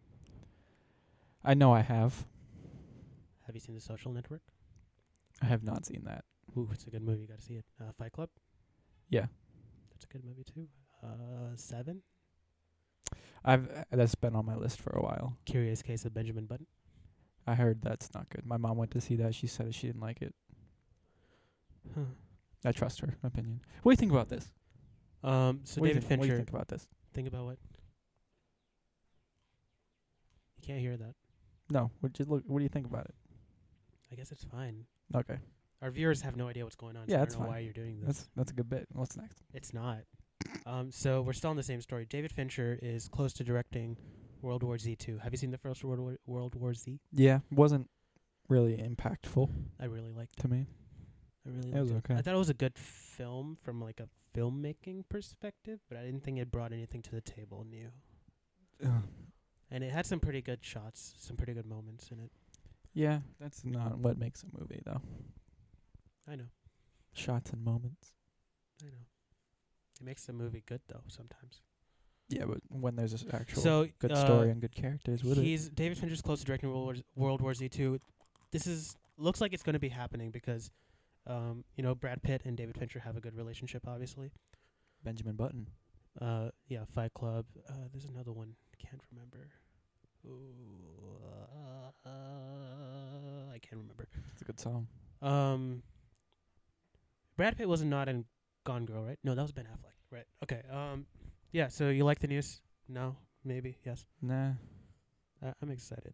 B: I know I have.
A: Have you seen The Social Network?
B: I have not seen that.
A: Ooh, it's a good movie. You got to see it. Uh, Fight Club.
B: Yeah.
A: That's a good movie too. Uh, Seven.
B: I've that's been on my list for a while.
A: Curious Case of Benjamin Button.
B: I heard that's not good. My mom went to see that. She said she didn't like it.
A: Huh.
B: I trust her opinion. What do you think about this?
A: Um, so
B: What do you
A: David
B: think- What
A: Fincher.
B: do you
A: Think?
B: think about this?
A: about what? You can't hear that.
B: No. What you look? What do you think about it?
A: I guess it's fine.
B: Okay.
A: Our viewers have no idea what's going on. so
B: Yeah,
A: I
B: that's
A: don't know
B: fine.
A: why you're doing this.
B: That's that's a good bit. What's next?
A: It's not. Um, so we're still on the same story. David Fincher is close to directing World War Z two. Have you seen the first World War, World War Z?
B: Yeah, wasn't really impactful
A: I really liked it.
B: to me.
A: I really
B: It
A: liked
B: was
A: it.
B: okay.
A: I thought it was a good film from like a filmmaking perspective, but I didn't think it brought anything to the table new. And it had some pretty good shots, some pretty good moments in it.
B: Yeah, that's not what makes a movie though.
A: I know.
B: Shots and moments.
A: I know. It makes the movie good though sometimes.
B: Yeah, but when there's an actual
A: So,
B: good
A: uh,
B: story and good characters with it.
A: He's David Fincher's close to directing World War, World War Z two. This is looks like it's going to be happening because, um, you know, Brad Pitt and David Fincher have a good relationship. Obviously,
B: Benjamin Button.
A: uh, yeah, Fight Club. Uh, there's another one. Can't remember. Ooh, uh, I can't remember.
B: It's a good song.
A: Um, Brad Pitt was not in Gone Girl, right? No, that was Ben Affleck, right? Okay. Um, yeah. So you like the news? No, maybe yes.
B: Nah.
A: I I'm excited.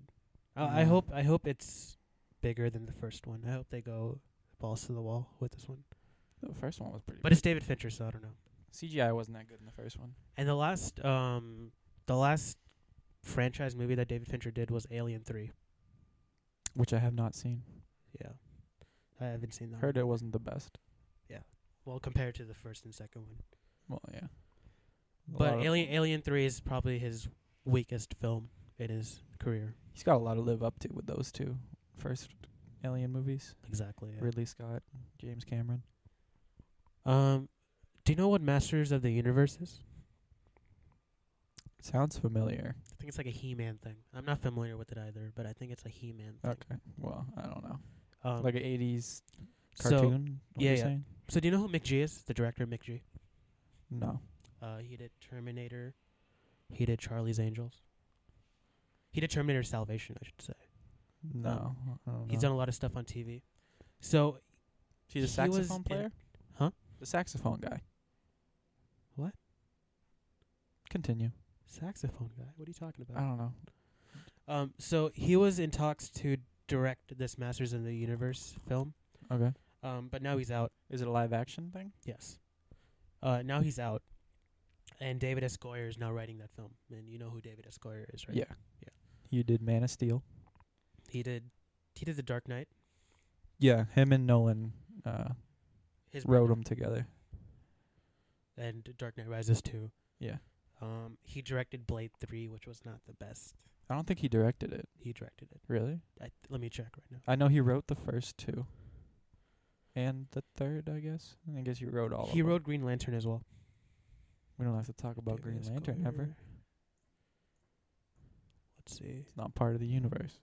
A: I I
B: Mm.
A: hope I hope it's bigger than the first one. I hope they go balls to the wall with this one.
B: The first one was pretty
A: But it's David Fincher, so I don't know.
B: CGI wasn't that good in the first one.
A: And the last um the last franchise movie that David Fincher did was Alien Three.
B: Which I have not seen.
A: Yeah. I haven't seen that.
B: Heard
A: one.
B: it wasn't the best.
A: Well, compared to the first and second one.
B: Well, yeah. A lot
A: But
B: of-
A: Alien Alien Three is probably his weakest film in his career.
B: He's got a lot to live up to with those two first Alien movies.
A: Exactly. yeah.
B: Ridley Scott, James Cameron.
A: Um do you know what Masters of the Universe is?
B: Sounds familiar.
A: I think it's like a He-Man thing. I'm not familiar with it either, but I think it's a He-Man thing.
B: Okay. Well, I don't know.
A: Um,
B: like an 80s
A: so-
B: cartoon? what
A: yeah,
B: you're
A: yeah.
B: saying?
A: So do you know who Mick G is? The director Mick G.
B: No.
A: Uh, he did Terminator. He did Charlie's Angels. He did Terminator Salvation, I should say.
B: No. I don't
A: He's
B: know.
A: done a lot of stuff on TV. So
B: He's a
A: he was
B: saxophone
A: in-
B: player?
A: Huh?
B: The saxophone guy.
A: What?
B: Continue.
A: saxophone guy, what are you talking
B: I
A: about?
B: don't know.
A: Um, so he was in talks to direct this Masters of the Universe film.
B: Okay.
A: Um, but now he's out.
B: Is it a live action thing?
A: Yes. Uh, now he's out. And David S. Goyer is now writing that film. And you know who David S. Goyer is, right?
B: Yeah. You did Man of Steel.
A: He did he did The Dark Knight.
B: Yeah, him and Nolan uh,
A: His
B: wrote
A: brother.
B: them together.
A: and Dark Knight Rises too.
B: Yeah.
A: Um, he directed Blade Three, which was not the best.
B: I don't think he directed it.
A: He directed it.
B: Really?
A: I th- let me check right now.
B: I know he wrote the first two, and the third, I guess. I guess he wrote all.
A: he
B: of 'em.
A: wrote Green Lantern as well.
B: We don't have to talk about Green
A: David S.
B: Lantern
A: Goyer.
B: ever.
A: Let's see.
B: It's not part of the universe.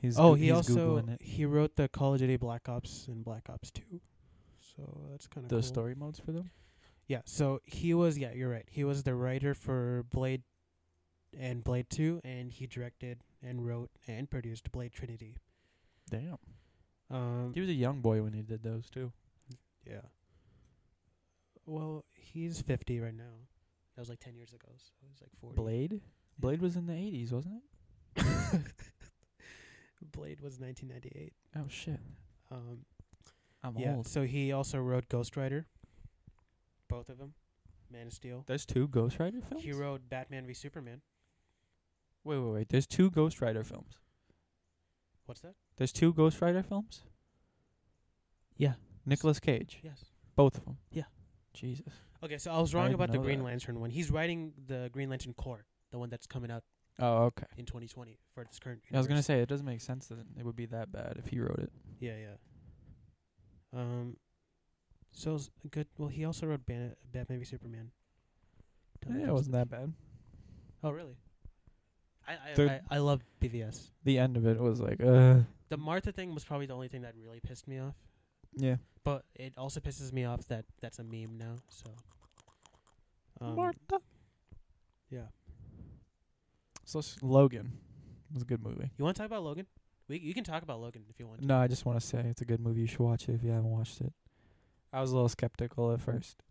B: He's
A: oh,
B: goo-
A: he
B: he's
A: also
B: googling it.
A: he wrote the Call of Duty Black Ops and Black Ops Two. So that's kind of
B: the
A: cool.
B: story modes for them.
A: Yeah. So he was. Yeah, you're right. He was the writer for Blade and Blade Two, and he directed and wrote and produced Blade Trinity.
B: Damn.
A: Um,
B: He was a young boy when he did those too.
A: Yeah. Well, he's 50 right now. That was like 10 years ago, so he was like 40.
B: Blade. Blade was in the eighties, wasn't it?
A: Blade was 1998.
B: Oh shit.
A: Um,
B: I'm
A: yeah,
B: old.
A: so he also wrote Ghost Rider, both of them, Man of Steel.
B: There's two Ghost Rider films.
A: He wrote Batman v Superman.
B: Wait, wait, wait. There's two Ghost Rider films.
A: What's that?
B: There's two Ghost Rider films.
A: Yeah.
B: Nicolas Cage.
A: Yes.
B: Both of them.
A: Yeah.
B: Jesus.
A: Okay, so I was wrong
B: didn't
A: about the
B: know
A: Green
B: that.
A: Lantern one. He's writing the Green Lantern Corps, the one that's coming out
B: Oh, okay.
A: in 2020 for this current.
B: I was gonna
A: universe.
B: say it doesn't make sense that it would be that bad if he wrote it.
A: Yeah, yeah. Um, so it's a good. Well, he also wrote Ban- Batman v Superman. Don't know.
B: that bad.
A: Oh, really? I I,
B: The-
A: I I love BVS.
B: The end of it was like, uh,
A: The Martha thing was probably the only thing that really pissed me off.
B: yeah.
A: But it also pisses me off that that's a meme now. So. Um, Yeah.
B: So s- Logan was a good movie.
A: You want to talk about Logan? We you can talk about Logan if you want. To.
B: No, I just want to say it's a good movie. You should watch it if you haven't watched it. I was a little skeptical at first.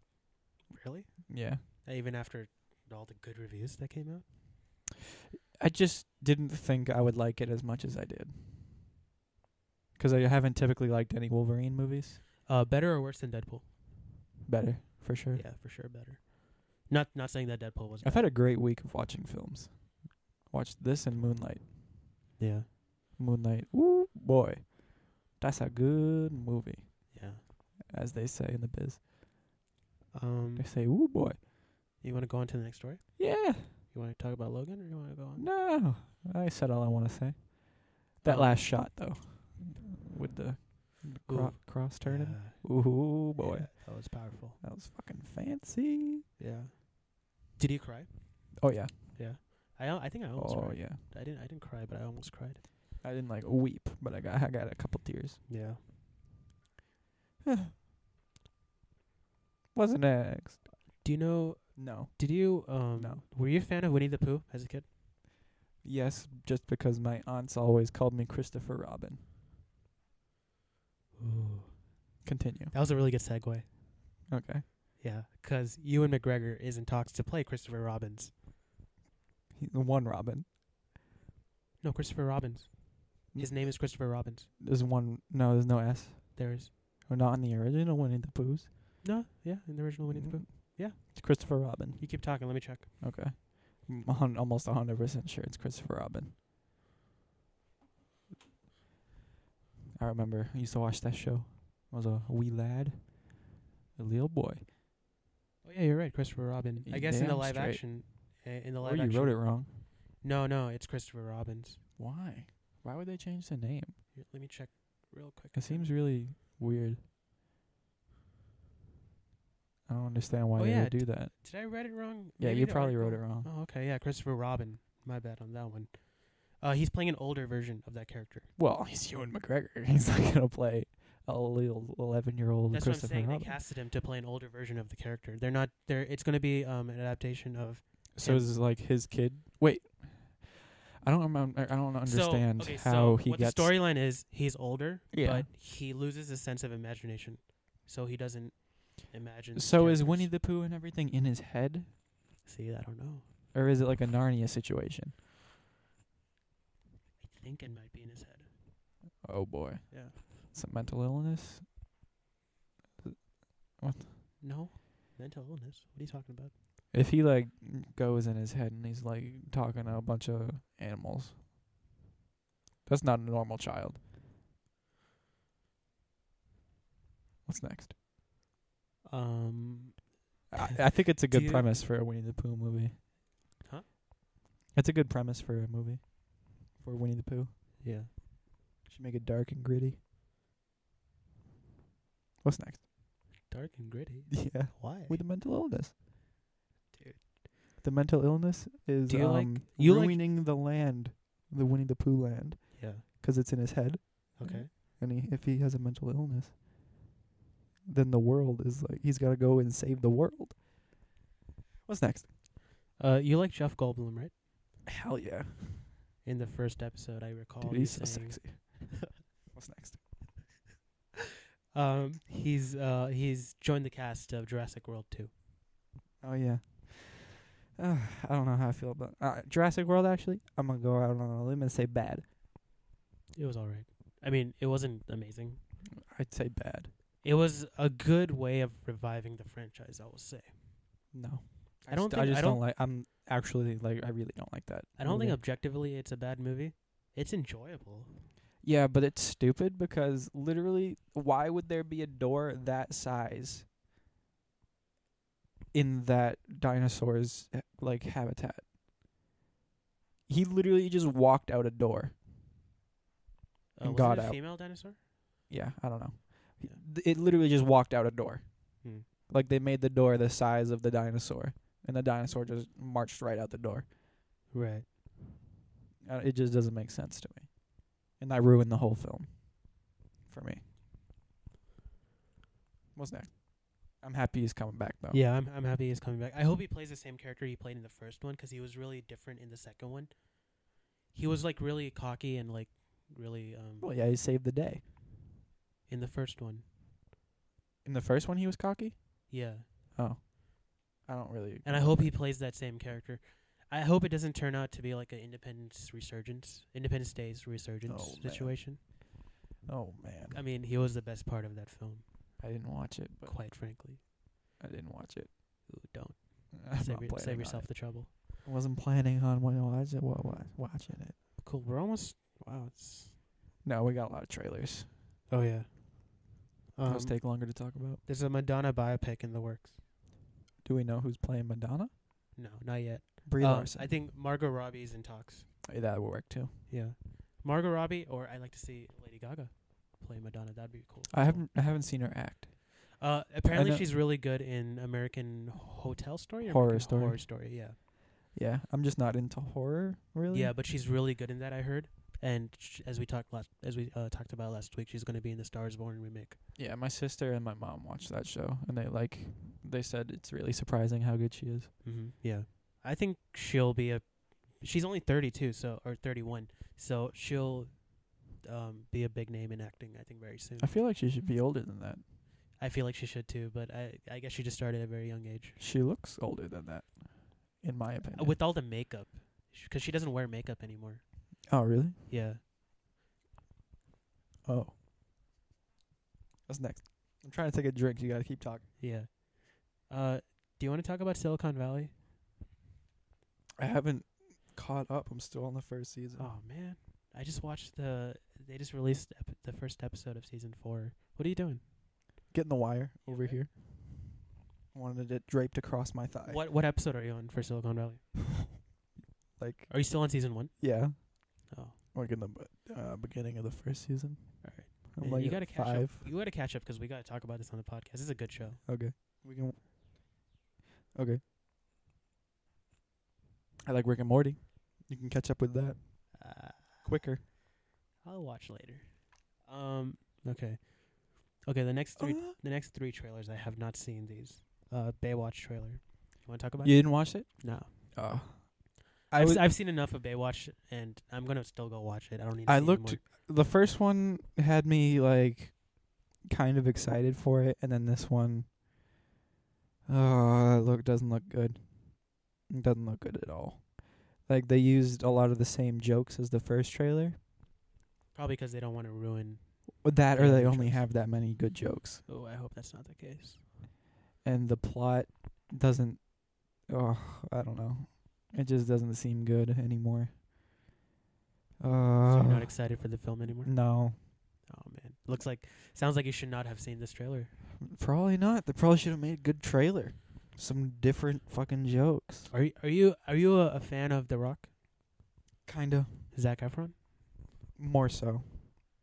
A: Really?
B: Yeah.
A: Uh, Even after all the good reviews that came out.
B: I just didn't think I would like it as much as I did. 'Cause I haven't typically liked any Wolverine movies.
A: Uh, better or worse than Deadpool?
B: Better, for sure.
A: Yeah, for sure, better. Not not saying that Deadpool was.
B: I've had a great week of watching films. Watched this and Moonlight.
A: Yeah.
B: Moonlight, ooh boy, that's a good movie,
A: Yeah.
B: as they say in the biz.
A: Um,
B: They say, ooh boy,
A: you want to go on to the next story?
B: yeah,
A: You want to talk about Logan, or you want to go on?
B: no, I said all I want to say. That
A: Um,
B: last shot though, with the Cro-
A: Ooh.
B: cross turning.
A: Yeah.
B: Ooh boy,
D: Yeah, that was powerful.
B: that was fucking fancy.
D: Yeah.
A: Did you cry?
B: Oh yeah.
A: I al- I think I almost
B: Oh
A: cried.
B: yeah.
A: I didn't I didn't cry, but I almost cried.
B: I didn't like weep, but I got I got a couple tears.
A: Yeah.
B: What's next?
A: Do you know?
B: No.
A: Did you um?
B: No.
A: Were you a fan of Winnie the Pooh as a kid?
B: Yes, just because my aunts always called me Christopher Robin.
A: Ooh.
B: Continue.
A: That was a really good segue.
B: Okay.
A: Yeah, because Ewan McGregor is in talks to play Christopher Robbins.
B: He's the one Robin.
A: No, Christopher Robbins. His name is Christopher Robbins.
B: There's one. No, there's no S.
A: There is
B: Or not in the original Winnie the Pooh's. Mm-hmm.
A: no, yeah, in the original Winnie the Pooh. Yeah.
B: It's Christopher Robin.
A: You keep talking. Let me check.
B: Okay. I'm a hun- almost 100% sure it's Christopher Robin. I remember I used to watch that show. I was a wee lad, a little boy.
A: Oh yeah, you're right, Christopher Robin. I
B: You
A: guess in the
B: damn
A: live
B: straight.
A: action, uh, in the live
B: Or you
A: action.
B: wrote it wrong.
A: No, no, it's Christopher Robbins.
B: Why? Why would they change the name?
A: Here, let me check real quick.
B: It seems really weird. I don't understand why
A: Oh,
B: they
A: yeah,
B: would do that.
A: Did I write it wrong?
B: Yeah,
A: Maybe
B: you
A: the
B: probably wrote it
A: article-
B: wrong.
A: Oh, okay, yeah, Christopher Robin. My bad on that one. Uh, he's playing an older version of that character.
B: Well, he's Ewan McGregor. He's not gonna play a little eleven-year-old
A: That's what I'm
B: Christopher
A: saying.
B: Robin.
A: They casted him to play an older version of the character. They're not. They're. It's going to be um an adaptation of.
B: So
A: him.
B: is this like his kid? Wait, I don't remember. I don't understand
A: so, okay,
B: how
A: so
B: he
A: what
B: gets.
A: the storyline is he's older,
B: Yeah.
A: but he loses his sense of imagination, so he doesn't imagine. the
B: so is
A: characters.
B: Winnie the Pooh and everything in his head,
A: See, I don't know.
B: or is it like a Narnia situation?
A: I think it might be in his head.
B: Oh boy,
A: Yeah.
B: some mental illness.
A: No, mental illness. What are you talking about?
B: If he like goes in his head and he's like talking to a bunch of animals, that's not a normal child. What's next?
A: Um,
B: I, I think it's a
A: Do
B: good
A: you-
B: premise for a Winnie the Pooh movie.
A: Huh?
B: It's a good premise for a movie. For Winnie the Pooh.
A: yeah.
B: Should make it dark and gritty. What's next?
A: Dark and gritty.
B: Yeah.
A: Why?
B: With the mental illness.
A: Dude.
B: The mental illness is
A: Do you like-
B: um,
A: you like-
B: ruining the land, the Winnie the Pooh land,
A: yeah.
B: 'cause it's in his head.
A: Okay.
B: And he, if he has a mental illness, then the world is like, he's got to go and save the world. What's next?
A: Uh, you like Jeff Goldblum, right?
B: Hell yeah.
A: In the first episode, I recall
B: Dude,
A: you
B: Oh, he's so
A: saying-
B: sexy. What's next?
A: Um, he's uh he's joined the cast of Jurassic World 2.
B: Oh yeah. Uh, I don't know how I feel about uh, Jurassic World. Actually, I'm gonna go out on a limb and say bad.
A: It was all right. I mean, it wasn't amazing.
B: I'd say bad.
A: It was a good way of reviving the franchise, I will say.
B: No,
A: I don't
B: Just, I
A: think-
B: just
A: I
B: don't, Mm-hmm.
A: don't-
B: like. I'm actually like. I really don't like that.
A: I don't think
B: movie.
A: objectively it's a bad movie. It's enjoyable.
B: Yeah, but it's stupid because literally, why would there be a door that size in that dinosaur's eh, like habitat? He literally just walked out a door.
A: Uh,
B: And
A: was
B: got
A: it a
B: out.
A: female dinosaur?
B: Yeah, I don't know.
A: Yeah.
B: Th- It literally just walked out a door.
A: Hmm.
B: Like they made the door the size of the dinosaur, and the dinosaur just marched right out the door.
A: Right.
B: Uh, it just doesn't make sense to me, and that ruined the whole film for me. What's next? I'm happy he's coming back though.
A: Yeah, I'm I'm happy he's coming back. I hope he plays the same character he played in the first one 'cause he was really different in the second one. He was like really cocky and like really um
B: Well, yeah, he saved the day.
A: in the first one.
B: In the first one, he was cocky.
A: Yeah.
B: Oh, I don't really.
A: And I hope he plays that same character. I hope it doesn't turn out to be like an Independence resurgence, Independence Day's resurgence
B: Oh, man.
A: situation.
B: Oh man,
A: I mean, he was the best part of that film,
B: I didn't watch it, but
A: quite frankly.
B: I didn't watch it.
A: Ooh, don't
B: I'm
A: save,
B: not
A: your-
B: planning
A: save
B: on
A: yourself
B: it.
A: the trouble.
B: I wasn't planning on when I watched it. wa- wa- Watching it.
A: Cool. We're almost. Wow. It's.
B: No, we got a lot of trailers.
A: Oh yeah. Um,
B: Those take longer to talk about.
A: there's a Madonna biopic in the works.
B: Do we know who's playing Madonna?
A: No, not yet.
B: Brie
A: Um,
B: Larson.
A: I think Margot Robbie's in talks.
B: Hey, that would work too.
A: Yeah. Margot Robbie, or I'd like to see Lady Gaga. play Madonna. That'd be cool.
B: I haven't I haven't seen her act.
A: Uh, apparently,
B: know-
A: she's really good in American Hotel Story. or
B: Horror
A: American
B: Story.
A: Horror Story. Yeah.
B: Yeah, I'm just not into horror really.
A: Yeah, but she's really good in that. I heard. And sh- as we talked last, as we uh, talked about last week, she's going to be in the Stars Born remake.
B: Yeah, my sister and my mom watched that show and they like they said it's really surprising how good she is.
A: Mm-hmm. Yeah, I think she'll be a. She's only thirty two, so or thirty one, so she'll um, be a big name in acting. I think very soon.
B: I feel like she should be older than that.
A: I feel like she should too, but I I guess she just started at a very young age
B: She looks older than that in my opinion.
A: Uh, with all the makeup, because she doesn't wear makeup anymore.
B: oh, really?
A: Yeah.
B: Oh. That's next. I'm trying to take a drink. You got to keep talking.
A: Yeah. Uh, do you want to talk about Silicon Valley?
B: I haven't caught up. I'm still on the first season.
A: Oh man, I just watched the. They just released ep- the first episode of season four. What are you doing?
B: Getting the wire
A: You
B: over
A: okay?
B: here. Wanted it draped across my thigh.
A: What What episode are you on for Silicon Valley?
B: Like,
A: Are you still on season one?
B: yeah.
A: Oh,
B: Like in the b- uh, beginning of the first season.
A: all right.
B: I'm
A: Man,
B: like
A: you
B: at
A: gotta catch
B: five.
A: up. You gotta catch up 'cause we gotta talk about this on the podcast. This is a good show.
B: Okay. We can. Okay. I like Rick and Morty. You can catch up with that
A: Uh,
B: quicker.
A: I'll watch later. Um. Okay. Okay. The next three.
B: Uh,
A: The next three trailers. I have not seen these. Uh, Baywatch trailer. You want to talk about?
B: you didn't watch it?
A: it? No.
B: Oh. I
A: I've, s-
B: was-
A: I've seen enough of Baywatch, and I'm gonna still go watch it. I don't need. To
B: I
A: see
B: looked-
A: anymore.
B: the first one had me like kind of excited for it, and then this one, uh, look doesn't look good. It doesn't look good at all. Like they used a lot of the same jokes as the first trailer.
A: Probably 'cause they don't want to ruin.
B: That or
A: Yeah,
B: they
A: good
B: only
A: jokes.
B: have that many good jokes,
A: Oh, I hope that's not the case.
B: and the plot doesn't. Oh, I don't know. It just doesn't seem good anymore.
A: so
B: Uh,
A: you're not excited for the film anymore.
B: no,
A: Oh man, looks like sounds like you should not have seen this trailer.
B: probably not. They probably should have made a good trailer, some different fucking jokes.
A: Are you are you are you a, a fan of The Rock,
B: Kind of.
A: Zach Efron?
B: More so.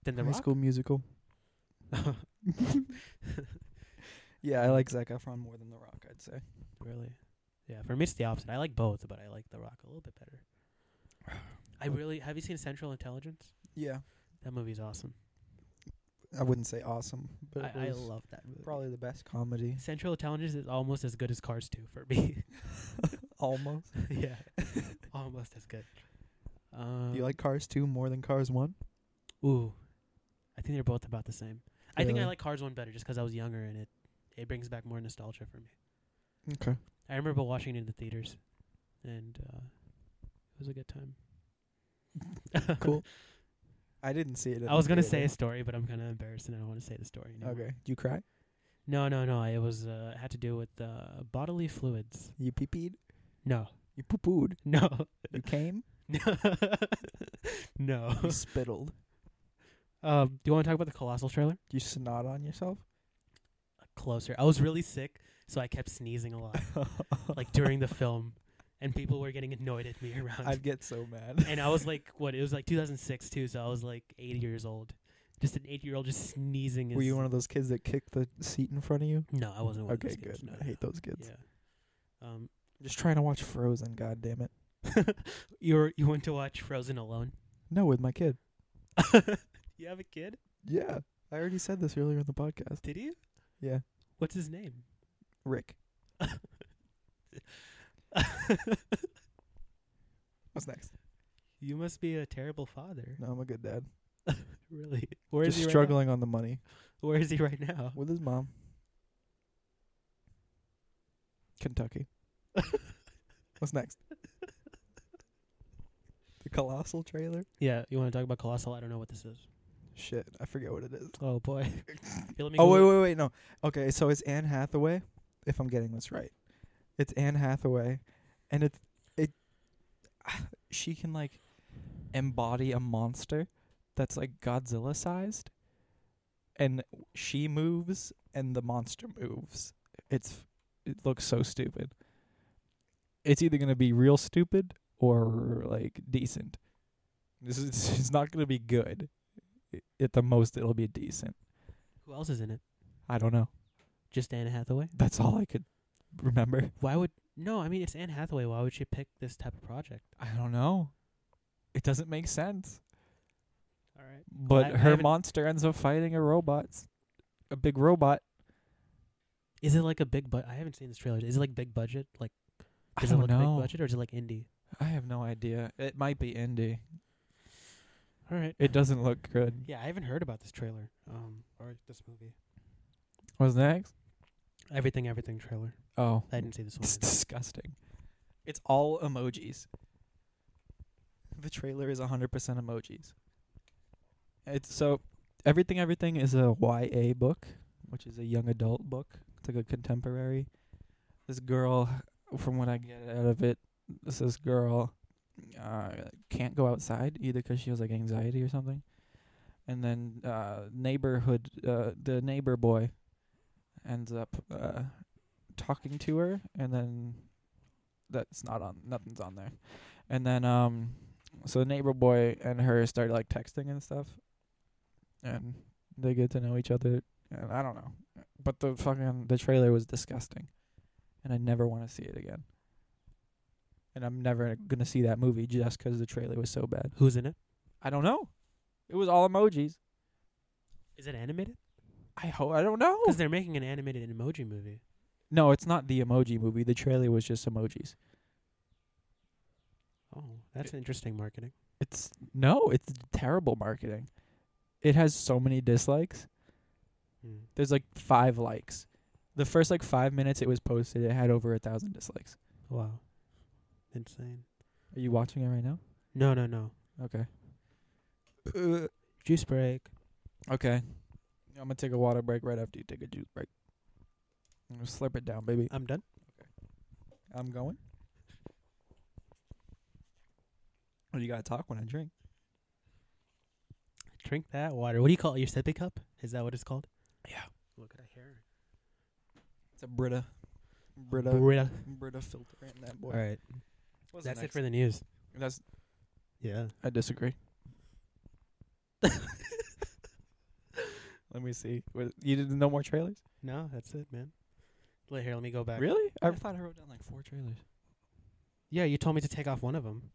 A: Than The
B: High
A: Rock.
B: School Musical. Yeah, I like Zac Efron more than The Rock, I'd say.
A: Really? Yeah, for me it's the opposite. I like both, but I like The Rock a little bit better. I
B: Okay.
A: really have you seen Central Intelligence?
B: Yeah.
A: That movie's awesome.
B: I wouldn't say awesome, but
A: I, I
B: it was
A: love that movie.
B: probably the best comedy.
A: Central Intelligence is almost as good as Cars 2 for me.
B: Almost.
A: yeah. almost as good. Um,
B: Do you like Cars 2 more than Cars 1?
A: Ooh. I think they're both about the same. I think I
B: Really?
A: like Cars 1 better just 'cause I was younger and it it brings back more nostalgia for me.
B: Okay.
A: I remember watching it in the theaters and uh, it was a good time.
B: Cool. I didn't see it.
A: I was gonna
B: going to
A: say a story, but I'm kind of embarrassed, and I don't want to say the story. Anymore.
B: Okay. You cry?
A: No, no, no. It was uh, had to do with uh, bodily fluids.
B: You pee peed?
A: No,
B: You poo pooed?
A: no,
B: You came?
A: no.
B: you spittled?
A: Um, do you want to talk about the colossal trailer?
B: You snot on yourself?
A: Closer. I was really sick, so I kept sneezing a lot, like during the film, and people were getting annoyed at me around.
B: I'd get so mad.
A: and I was like, what? It was like 2006 too, so I was like eight years old. Just an eight-year-old just sneezing.
B: Were
A: is-
B: you one of those kids that kicked the seat in front of you?
A: No, I wasn't. One
B: Okay,
A: of those kids,
B: good.
A: no,
B: I hate those kids.
A: Yeah. Um,
B: Just trying to watch Frozen, god damn it.
A: you were, you went to watch Frozen alone.
B: No, with my kid.
A: you have a kid?
B: Yeah. I already said this earlier in the podcast.
A: Did you?
B: Yeah.
A: What's his name?
B: Rick. What's next?
A: you must be a terrible father.
B: No, I'm a good dad.
A: Really? Where is
B: Just
A: he
B: struggling on the money
A: Right now? Where is he right now?
B: with his mom. Kentucky. What's next? the colossal trailer?
A: Yeah, you want to talk about Colossal? I don't know what this is.
B: Shit, I forget what it is.
A: Oh boy. Here, let me
B: Oh
A: Google
B: wait,
A: it.
B: wait, wait, no. Okay, so it's Anne Hathaway, if I'm getting this right. It's Anne Hathaway, and it's it. She can like embody a monster that's like Godzilla sized, and she moves and the monster moves. It's it looks so stupid. It's either gonna be real stupid or like decent. This is it's not gonna be good. i- at the most it'll be decent.
A: Who else is in it?
B: I don't know.
A: Just Anne Hathaway?
B: That's all I could remember.
A: Why would no? I mean, it's Anne Hathaway. Why would she pick this type of project?
B: I don't know. It doesn't make sense.
A: All right.
B: But
A: I- I
B: her
A: haven't-
B: monster ends up fighting a robot, s- a big robot.
A: Is it like a big but? I haven't seen this trailer. Is it like big budget? Like
B: I
A: is
B: don't
A: it like
B: know.
A: big budget or is it like indie?
B: I have no idea. It might be indie.
A: All right.
B: It doesn't look good.
A: Yeah, I haven't heard about this trailer. Um, or this movie.
B: What's next?
A: Everything, everything trailer.
B: Oh,
A: I didn't see this one.
B: it's disgusting. It's all emojis. The trailer is 100% emojis. It's so everything everything is a YA book, which is a young adult book. It's like a contemporary. This girl, from what I get out of it, this this girl uh, can't go outside either 'cause she has like anxiety or something. And then uh, neighborhood, uh, the neighbor boy, ends up uh, talking to her, and then that's not on, nothing's on there. And then um, so the neighbor boy and her start like texting and stuff, and they get to know each other. And I don't know, but the fucking the trailer was disgusting, and I never want to see it again. And I'm never gonna see that movie just 'cause the trailer was so bad.
A: Who's in it?
B: I don't know. It was all emojis.
A: Is it animated?
B: I hope I don't know.
A: Because they're making an animated emoji movie.
B: No, it's not the emoji movie. The trailer was just emojis.
A: Oh, that's interesting marketing.
B: It's no, it's terrible marketing. It has so many dislikes.
A: Hmm.
B: There's like five likes. The first like five minutes it was posted, it had over a thousand dislikes.
A: Wow, insane.
B: Are you watching it right now?
A: No, no, no.
B: Uh,
A: Juice break.
B: okay. I'm gonna take a water break right after you take a juice break. I'm gonna slurp it down, baby.
A: I'm done.
B: I'm going. Oh, you gotta talk when I drink.
A: Drink that water. What do you call it? Your sippy cup? Is that what it's called?
B: Yeah.
A: Look at that hair.
B: It's a Brita, Brita,
A: Burrito.
B: Brita filter in that boy.
A: All right.
B: What's
A: That's it
B: next?
A: for the news.
B: That's
A: Yeah.
B: I disagree. Let me see. What- You did no more trailers?
A: No, that's it, man. Let- Here, let me go back.
B: Really? I
A: Yeah.
B: thought I wrote down like four trailers.
A: Yeah, you told me to take off one of them.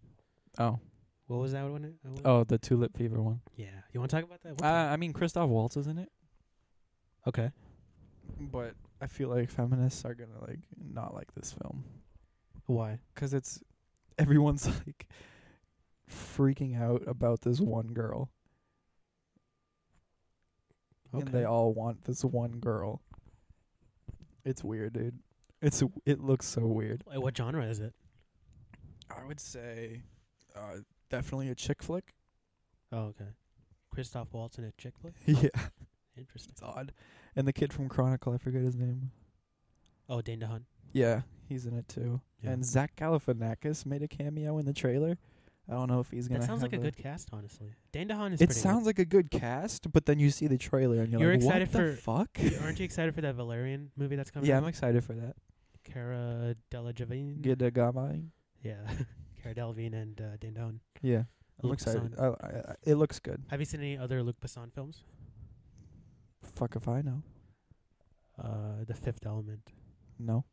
B: Oh,
A: What was that one? Uh, what-
B: oh, the Tulip Fever one.
A: Yeah. You want to talk about that? We'll
B: Uh,
A: talk-
B: I mean, Christoph Waltz is in it,
A: okay.
B: but I feel like feminists are gonna like not like this film
A: Why?
B: 'cause it's everyone's like freaking out about this one girl, and they all want this one girl. It's weird, dude. It's it looks so weird.
A: Wait, what genre is it?
B: I would say uh, definitely a chick flick.
A: Oh, okay. Christoph Waltz in a chick flick.
B: yeah,
A: Interesting.
B: it's Oh, odd. And the kid from Chronicle, I forget his name.
A: Oh, Dane DeHaan.
B: Yeah, he's in it too.
A: Yeah.
B: And Zach Galifianakis made a cameo in the trailer. I don't know if he's gonna.
A: That sounds like a
B: have
A: good cast, honestly. Dane DeHaan is.
B: It
A: pretty good.
B: sounds like a good cast, but then you see the trailer and you're,
A: You're
B: like,
A: excited
B: "What the
A: for-
B: fuck?"
A: Aren't you excited for that Valerian movie that's coming?
B: yeah,
A: out? Mm.
B: I'm excited for that.
A: Cara Delevingne.
B: Gidagami.
A: Yeah, Cara Delevingne and uh, Dane DeHaan.
B: Yeah, I'm
A: Luc
B: excited.
A: Besson.
B: I, I, I, it looks good.
A: Have you seen any other Luc Besson films?
B: Fuck if I know.
A: Uh, The Fifth Element.
B: No.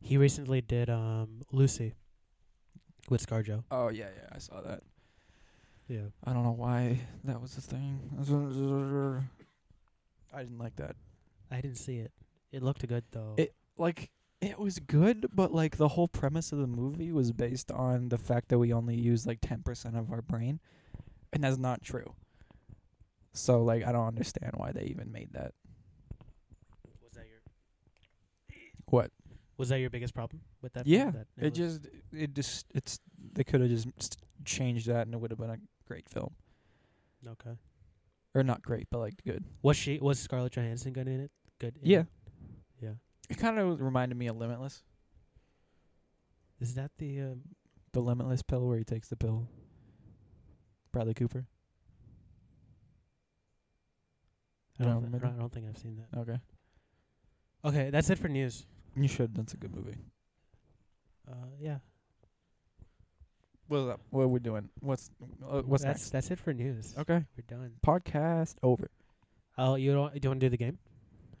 A: He recently did um Lucy with ScarJo.
B: Oh yeah, yeah, I saw that.
A: Yeah.
B: I don't know why that was a thing. I didn't like that.
A: I didn't see it. It looked good though.
B: It- Like it was good, but like the whole premise of the movie was based on the fact that we only use like 10% of our brain, and that's not true. So like I don't understand why they even made that.
A: was that your
B: What?
A: was that your biggest problem with that?
B: Yeah,
A: That
B: It
A: was-
B: just it just it's they could have just s- changed that and it would have been a great film.
A: okay.
B: Or not great, but like good.
A: Was she was Scarlett Johansson good in it? Good. in
B: Yeah.
A: it? Yeah.
B: It kind of reminded me of Limitless.
A: Is that the? Um,
B: The Limitless pill where he takes the pill. Bradley Cooper.
A: I
B: You don't
A: don't. thi- I
B: remember?
A: don't, I don't think I've seen that.
B: Okay.
A: Okay, that's it for news.
B: You should. That's a good movie.
A: Uh, yeah.
B: What's up? What are we doing? What's uh, what's
A: that's
B: next?
A: that's it for news.
B: okay.
A: We're done.
B: Podcast over.
A: Oh, you don't do you want to do the game,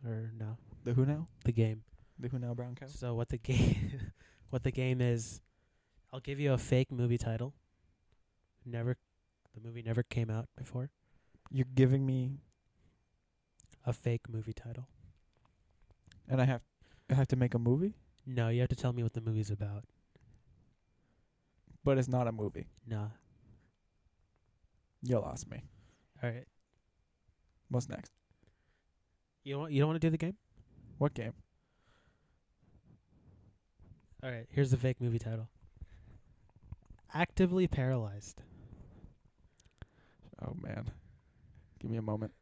A: or no?
B: The Who Now?
A: The game.
B: The Who Now Brown Cow?
A: So what the game? what the game is? I'll give you a fake movie title. Never, the movie never came out before.
B: You're giving me,
A: A fake movie title.
B: and I have, I have to make a movie,
A: No, you have to tell me what the movie's about.
B: but it's not a movie.
A: Nah.
B: You lost me.
A: All right.
B: What's next?
A: You want you don't want to do the game?
B: What game?
A: All right. Here's the fake movie title. Actively paralyzed.
B: Oh man, give me a moment.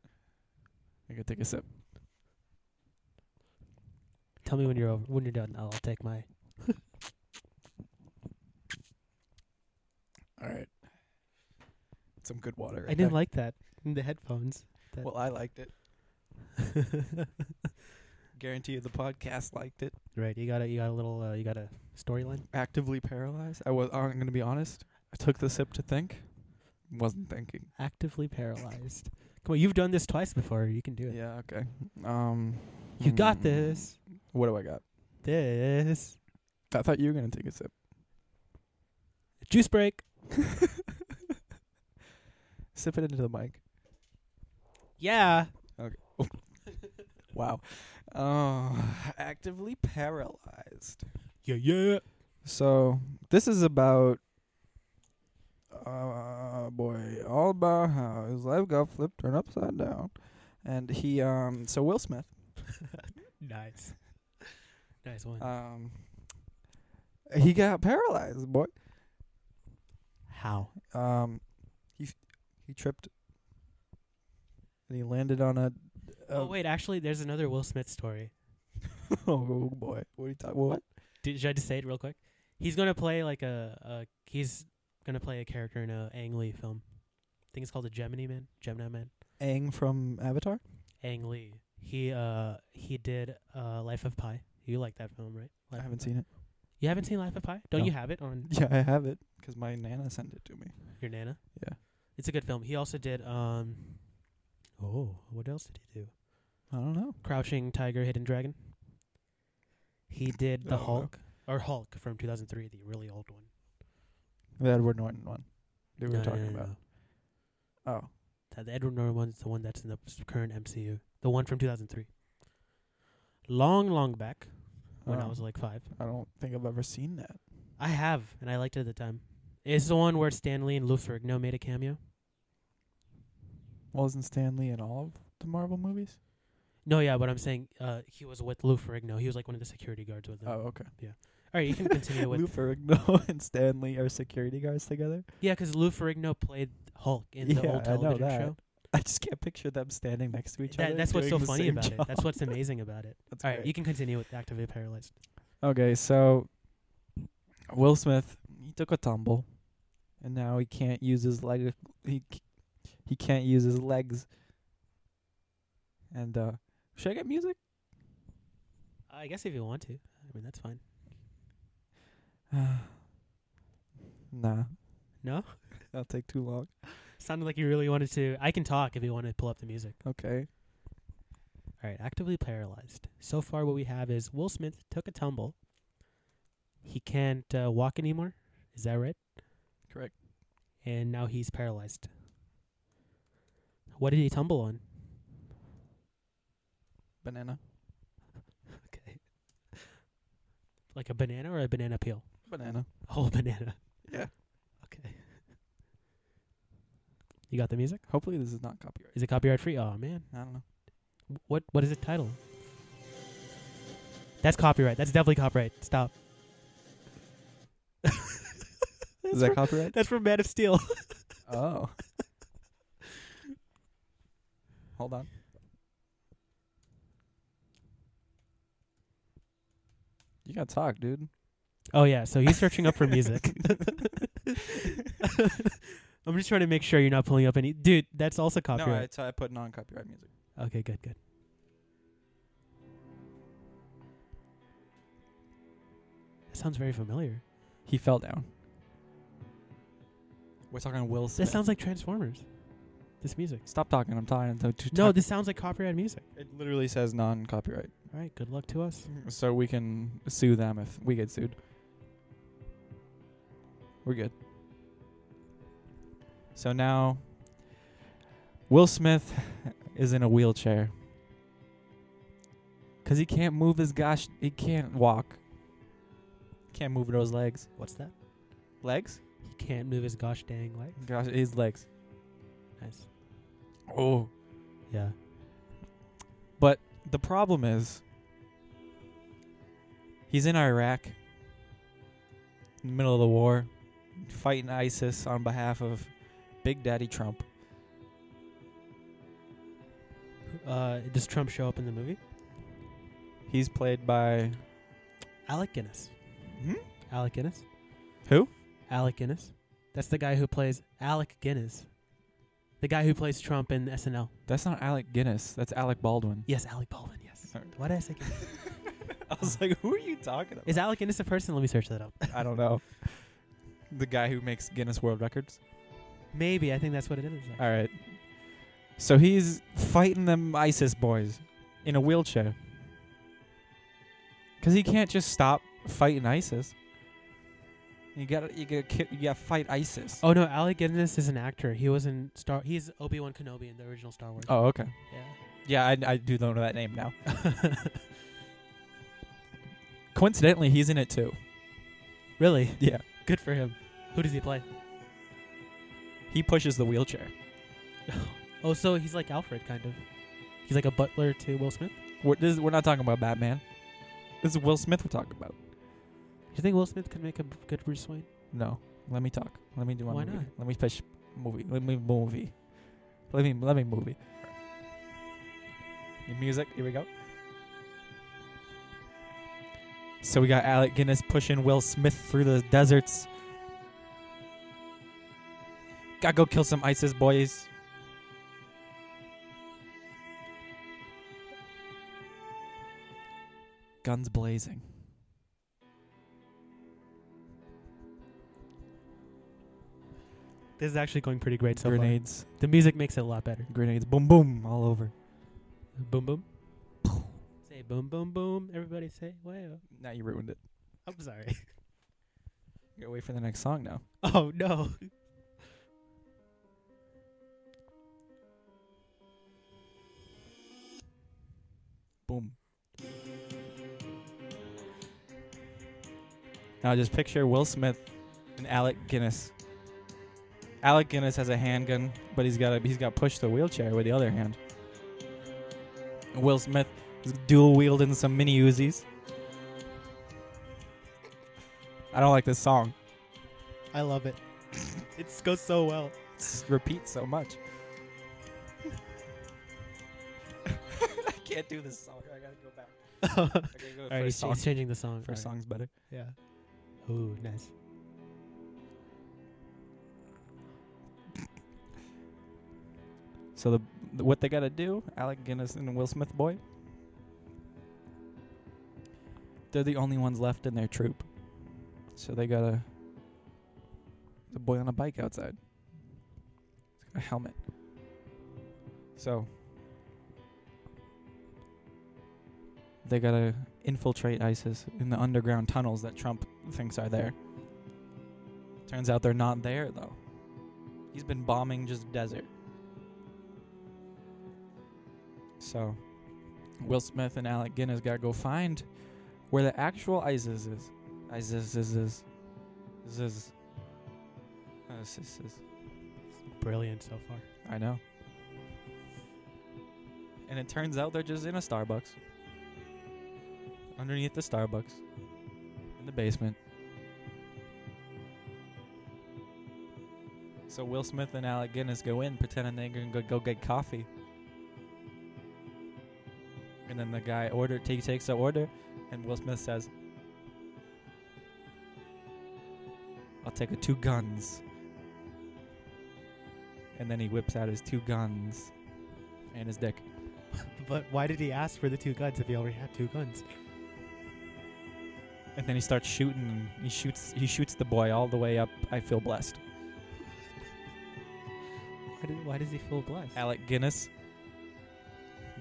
B: I could take a sip.
A: Tell me when you're over. When you're done, I'll take my.
B: All right. Some good water.
A: I didn't like that in the headphones. that.
B: Well, I liked it. Guarantee you the podcast liked it.
A: right. You got a you got a little uh, you got a storyline.
B: Actively paralyzed. I was. I'm gonna be honest. I took the sip to think. Wasn't thinking.
A: Actively paralyzed. Come on, you've done this twice before. You can do it.
B: Yeah. Okay. Um.
A: You got
B: hmm.
A: this.
B: What do I got?
A: This
B: I thought you were gonna take a sip.
A: juice break.
B: Sip it into the mic.
A: Yeah.
B: Wow. Oh, actively paralyzed.
A: Yeah. Yeah.
B: So this is about. Uh, boy, all about how his life got flipped turned upside down, and he um. So Will Smith
A: Nice. nice one.
B: um. He got paralyzed, boy.
A: How?
B: Um, he f- he tripped, and he landed on a.
A: Oh
B: a-
A: wait, actually, there's another Will Smith story.
B: oh boy! What are you talking? What?
A: Did, should I just say it real quick? He's gonna play like a, a he's gonna play a character in a Ang Lee film. I think it's called the Gemini Man. Gemini Man.
B: Aang from Avatar.
A: Ang Lee. He uh he did uh Life of Pi. You like that film, right?
B: I
A: Life
B: haven't seen it.
A: You haven't seen Life of Pi? Don't
B: No.
A: you have it on
B: Yeah, I have it because my nana sent it to me.
A: your nana?
B: Yeah.
A: It's a good film. He also did um Oh, what else did he do?
B: I don't know.
A: Crouching Tiger, Hidden Dragon. He did
B: Oh,
A: The
B: no.
A: Hulk or Hulk from 2003, the really old one.
B: The Edward Norton one that we
A: No,
B: were
A: no,
B: talking
A: no, no,
B: about.
A: no.
B: Oh,
A: Th- The Edward Norton one's the one that's in the s- current MCU. The one from 2003. Long, long back when I
B: Oh.
A: was like five.
B: I don't think I've ever seen that.
A: I have, and I liked it at the time. It's the one where Stan Lee and Lou Ferrigno made a cameo.
B: Well, isn't Stan Lee in all of the Marvel movies?
A: No, yeah, but I'm saying uh, he was with Lou Ferrigno. He was like one of the security guards with him. All
B: Oh, okay.
A: right, you can continue with.
B: Lou Ferrigno and Stan Lee are security guards together.
A: Yeah, 'cause Lou Ferrigno played Hulk in the
B: Yeah,
A: old
B: I know
A: television
B: that.
A: show.
B: I just can't picture them standing next to each
A: That-
B: other.
A: that's what's so
B: doing the
A: funny
B: same
A: about it.
B: job.
A: That's what's amazing about it.
B: That's
A: All right,
B: great.
A: you can continue with Activate Paralyzed.
B: Okay, so Will Smith he took a tumble, and now he can't use his leg. He c- he can't use his legs. And uh should I get music?
A: Uh, I guess if you want to. I mean, that's fine.
B: nah,
A: No?
B: that'll take too long.
A: Sounded like you really wanted to. I can talk if you want to pull up the music.
B: Okay.
A: All right, actively paralyzed. So far, what we have is Will Smith took a tumble. He can't uh, walk anymore. Is that right?
B: Correct.
A: And now he's paralyzed. What did he tumble on?
B: Banana.
A: Okay. Like a banana or a banana peel?
B: Banana.
A: A whole banana.
B: Yeah.
A: Okay. You got the music?
B: Hopefully this is not copyright.
A: Is it copyright free? Oh man.
B: I don't know.
A: What what is it titled? That's copyright. That's definitely copyright. Stop.
B: is that copyright?
A: That's from Man of Steel.
B: Oh. Hold on. You gotta talk, dude.
A: Oh yeah, so he's searching up for music. I'm just trying to make sure you're not pulling up any dude. That's also copyright.
B: No, I, I put non-copyright music.
A: okay, good, good. That sounds very familiar.
B: He fell down. We're talking Will Smith.
A: This sounds like Transformers. This music.
B: Stop talking. I'm tired. I'm too
A: No, this sounds like copyrighted music.
B: it literally says non-copyright,
A: All right, good luck to us.
B: so we can sue them if we get sued. We're good. So now, Will Smith is in a wheelchair because he can't move his gosh. He can't walk. Can't move those legs.
A: What's that?
B: Legs?
A: He can't move his gosh dang leg.
B: Gosh, his legs.
A: Nice.
B: Oh.
A: Yeah.
B: But the problem is, he's in Iraq, in the middle of the war, fighting ISIS on behalf of Big Daddy Trump.
A: Uh, does Trump show up in the movie?
B: He's played by
A: Alec Guinness.
B: hmm?
A: Alec Guinness.
B: who?
A: Alec Guinness. That's the guy who plays Alec Guinness. The guy who plays Trump in SNL.
B: That's not Alec Guinness. That's Alec Baldwin.
A: Yes, Alec Baldwin. Yes.
B: Sorry.
A: Why did I say? Guinness?
B: I was like, who are you talking about?
A: Is Alec Guinness a person? Let me search that up.
B: I don't know. The guy who makes Guinness World Records.
A: Maybe I think that's what it is.
B: All right. So he's fighting them ISIS boys in a wheelchair. Cause he can't just stop fighting ISIS. You gotta, you gotta, ki- you gotta fight ISIS.
A: Oh no, Alec Guinness is an actor. He was in Star. He's Obi Wan Kenobi in the original Star Wars.
B: Oh, okay.
A: Yeah.
B: Yeah, I, I do know that name now. Coincidentally, he's in it too.
A: really?
B: Yeah,
A: Good for him. Who does he play?
B: he pushes the wheelchair.
A: Oh, so he's like Alfred, kind of. He's like a butler to Will Smith.
B: We're, this, is- we're not talking about Batman. This is Will Smith we're talking about.
A: Do you think Will Smith could make a b- good Bruce Wayne?
B: No, let me talk. Let me do my
A: Why
B: movie.
A: not?
B: Let me pitch movie. Let me movie. Let me let me movie. Your music. Here we go. So we got Alec Guinness pushing Will Smith through the deserts. Gotta go kill some ISIS boys. Guns blazing.
A: This is actually going pretty great so far.
B: grenades.
A: The music makes it a lot better.
B: Grenades. Boom boom all over.
A: Boom boom. say boom boom boom. Everybody say wow.
B: Now you ruined it.
A: I'm sorry.
B: You gotta wait for the next song now.
A: Oh no.
B: Boom. Now just picture Will Smith and Alec Guinness. Alec Guinness has a handgun, but he's got he's got pushed the wheelchair with the other hand. Will Smith is dual wielding some mini Uzis. I don't like this song.
A: I love it. it goes so well.
B: s- repeat so much. I can't do this song. I gotta go back. I gotta go
A: All right, he's,
B: first song.
A: he's changing the song.
B: First
A: All right.
B: song's better.
A: Yeah. Ooh, nice.
B: So the, the what they gotta do, Alec Guinness and Will Smith boy. They're the only ones left in their troop, so they gotta. The boy on a bike outside. He's got a helmet. So. They gotta infiltrate ISIS in the underground tunnels that Trump thinks are there. Turns out they're not there though. He's been bombing just desert. So, Will Smith and Alec Guinness gotta go find where the actual ISIS is. ISIS is is is is. ISIS is.
A: Brilliant so far.
B: I know. And it turns out they're just in a Starbucks. Underneath the Starbucks. In the basement. So Will Smith and Alec Guinness go in pretending they're going to go get coffee. And then the guy order he takes the order and Will Smith says I'll take a two guns. And then he whips out his two guns and his dick.
A: But why did he ask for the two guns if he already had two guns?
B: And then he starts shooting. and He shoots. He shoots the boy all the way up. I feel blessed.
A: Why, do, why does he feel blessed?
B: Alec Guinness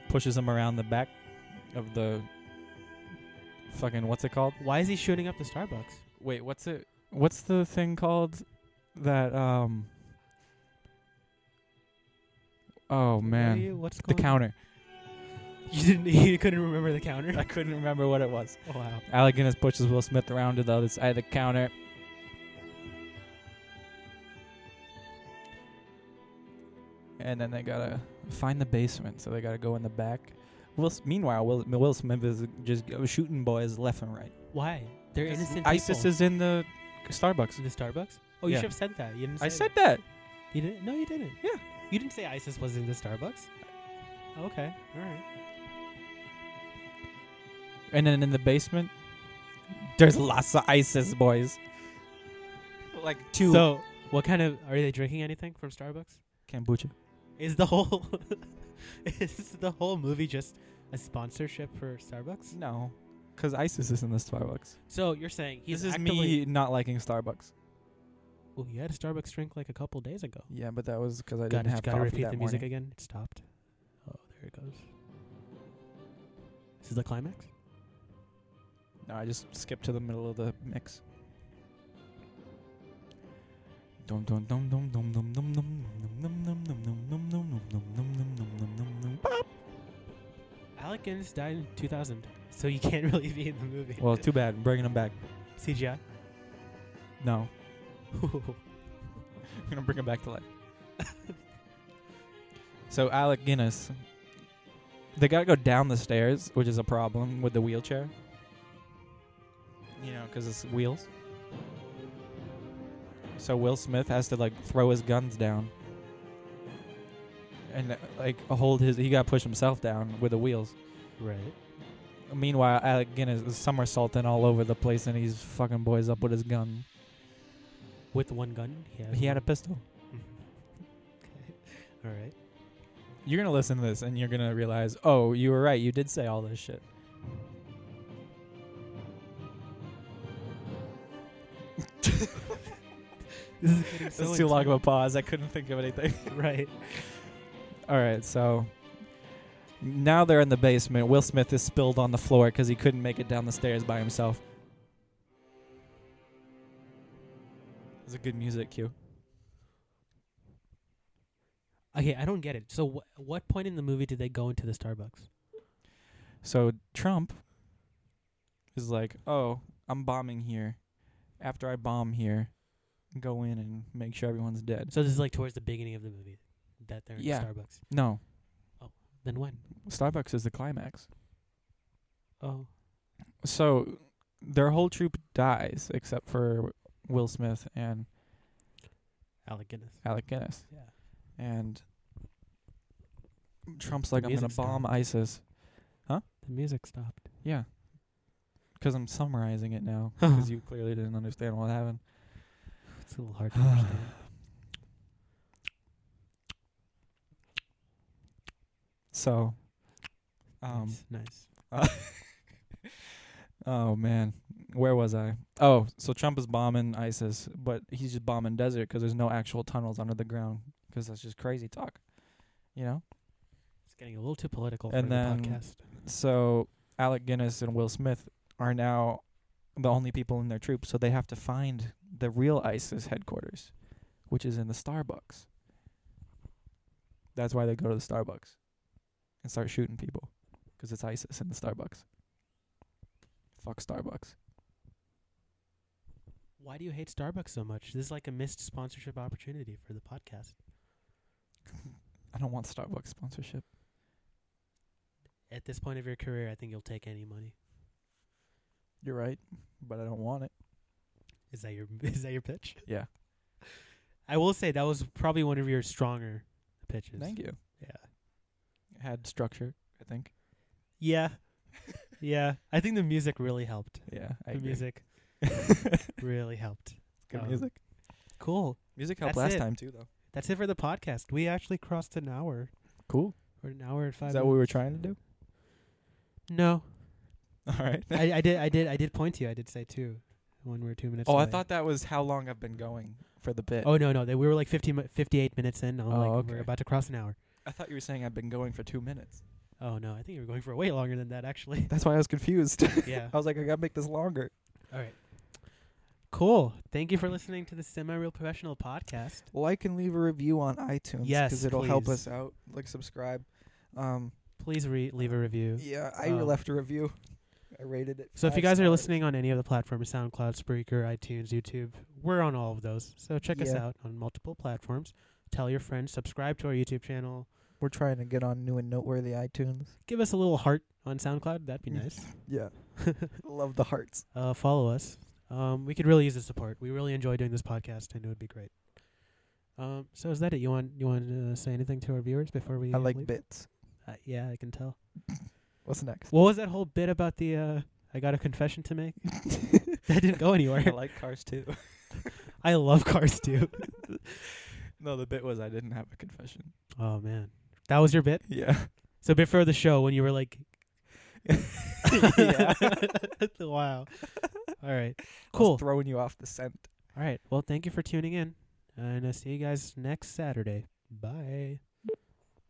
B: pushes him around the back of the fucking what's it called?
A: Why is he shooting up the Starbucks?
B: Wait, what's it? What's the thing called that um?
A: What
B: Oh
A: are
B: man,
A: you- what's
B: the
A: going
B: counter.
A: You didn't. You couldn't remember the
B: I
A: counter.
B: couldn't remember what it was.
A: wow.
B: Alec Guinness pushes Will Smith around to the other side of the counter. And then they gotta find the basement, so they gotta go in the back. Will, S- meanwhile, Will, Will Smith is just go shooting boys left and right.
A: Why? They're
B: Because
A: innocent
B: ISIS
A: people.
B: is in the Starbucks.
A: the Starbucks. Oh, you
B: Yeah.
A: should have said that. You didn't. Say
B: I said
A: that.
B: that.
A: You didn't. No, you didn't.
B: Yeah.
A: You didn't say ISIS was in the Starbucks. Okay. All right.
B: And then in the basement, there's lots of ISIS boys. Like two
A: So, what kind of are they drinking? Anything from Starbucks?
B: kombucha.
A: Is the whole is the whole movie just a sponsorship for Starbucks?
B: No, because ISIS is in the Starbucks.
A: So you're saying he's
B: this is
A: actively,
B: me not liking Starbucks.
A: Well, you had a Starbucks drink like a couple days ago.
B: Yeah, but that was because I
A: Gotta,
B: didn't have
A: gotta
B: coffee
A: repeat
B: that
A: the music
B: morning.
A: again. It stopped. Oh, there it goes. This is the climax.
B: No, I just skipped to the middle of the mix. Dum dum dum dum dum dum dum dum dum dum dum dum dum dum dum dum dum dum dum dum dum dum dum.
A: Alec Guinness died in 2000, so you can't really be in the movie.
B: Well, too bad. I'm bringing them back.
A: CGI.
B: No, I'm gonna bring him back to life. so Alec Guinness, they gotta go down the stairs, which is a problem with the wheelchair. You know, because it's wheels. So Will Smith has to like throw his guns down, and uh, like hold his. He gotta push himself down with the wheels.
A: right.
B: Meanwhile, Alec Guinness is somersaulting all over the place, and he's fucking boys up with his gun.
A: With one gun. Yeah.
B: He had a pistol.
A: All right.
B: You're gonna listen to this and you're gonna realize, oh, you were right. You did say all this shit.
A: This is getting
B: It's too long of a pause. I couldn't think of anything.
A: right.
B: all right, so now they're in the basement. Will Smith is spilled on the floor because he couldn't make it down the stairs by himself. It's a good music cue.
A: Okay, I don't get it. So, wh- what point in the movie did they go into the Starbucks?
B: So Trump is like, oh, I'm bombing here. After I bomb here, go in and make sure everyone's dead.
A: So this is like towards the beginning of the movie that they're in
B: Yeah.
A: the Starbucks.
B: No,
A: Then when?
B: Starbucks is the climax.
A: Oh,
B: So their whole troop dies except for Will Smith and
A: Alec Guinness.
B: Alec Guinness.
A: Yeah.
B: And Trump's like, I'm going
A: Music
B: to bomb
A: stopped.
B: ISIS.
A: The music stopped.
B: Yeah. Because I'm summarizing it now. Because you clearly didn't understand what happened.
A: It's a little hard to understand.
B: So, um,
A: nice, nice.
B: oh man, where was I? Oh, so Trump is bombing ISIS, but he's just bombing desert because there's no actual tunnels under the ground because that's just crazy talk, you know.
A: It's getting a little too political
B: and
A: for
B: then-
A: the podcast.
B: So Alec Guinness and Will Smith are now the only people in their troop, so they have to find the real ISIS headquarters, which is in the Starbucks. That's why they go to the Starbucks and start shooting people, 'cause it's ISIS in the Starbucks. Fuck Starbucks.
A: Why do you hate Starbucks so much? This is like a missed sponsorship opportunity for the podcast.
B: I don't want Starbucks sponsorship.
A: At this point of your career, I think you'll take any money.
B: You're right, but I don't want it.
A: Is that your is that your pitch?
B: Yeah.
A: I will say that was probably one of your stronger pitches.
B: Thank you.
A: Yeah.
B: It had structure, I think.
A: Yeah. yeah. I think the music really helped.
B: Yeah, I
A: the
B: agree.
A: music really helped.
B: Good
A: Um,
B: music.
A: Cool.
B: Music helped
A: that's
B: last
A: it.
B: time too, though.
A: That's it for the podcast. We actually crossed an hour.
B: Cool.
A: Or an hour and five
B: Is that what we were trying to do?
A: minutes. No.
B: All right.
A: I, I did I did I did point to you. I did say two. when we were two minutes.
B: oh, I
A: away.
B: thought that was how long I've been going for the bit.
A: Oh no no, they, we were like 15, mi- 58 minutes in. I'm
B: Oh,
A: like
B: okay.
A: we're about to cross an hour.
B: I thought you were saying I've been going for two minutes.
A: Oh no, I think you were going for way longer than that actually.
B: That's why I was confused.
A: yeah.
B: I was like, I gotta make this longer.
A: All right. Cool. Thank you for listening to the Semi Real Professional podcast.
B: Like and leave a review on iTunes.
A: Yes,
B: it'll help
A: please.
B: us out. Like subscribe. Um,
A: Please re- leave a review.
B: yeah, I
A: Um,
B: left a review. I rated it.
A: So if you
B: five
A: guys are
B: stars.
A: listening on any of the platforms, SoundCloud, Spreaker, iTunes, YouTube, we're on all of those. So check us
B: Yeah.
A: out on multiple platforms. Tell your friends, subscribe to our YouTube channel.
B: we're trying to get on new and noteworthy iTunes.
A: Give us a little heart on SoundCloud. That'd be
B: Mm.
A: nice.
B: Yeah, love the hearts.
A: uh, follow us. Um, we could really use the support. We really enjoy doing this podcast, and it would be great. Um, so is that it? You want you want to say anything to our viewers before we?
B: I like
A: leave?
B: bits.
A: Uh, yeah, I can tell.
B: What's next?
A: What was that whole bit about the? Uh, I got a confession to make. that didn't go
B: I
A: anywhere.
B: like cars too.
A: I love cars too.
B: No, the bit was I didn't have a confession.
A: oh man, that was your bit.
B: Yeah.
A: So before the show, when you were like,
B: yeah.
A: wow. All right, cool.
B: throwing you off the scent.
A: All right. Well, thank you for tuning in, and uh, see you guys next Saturday. Bye.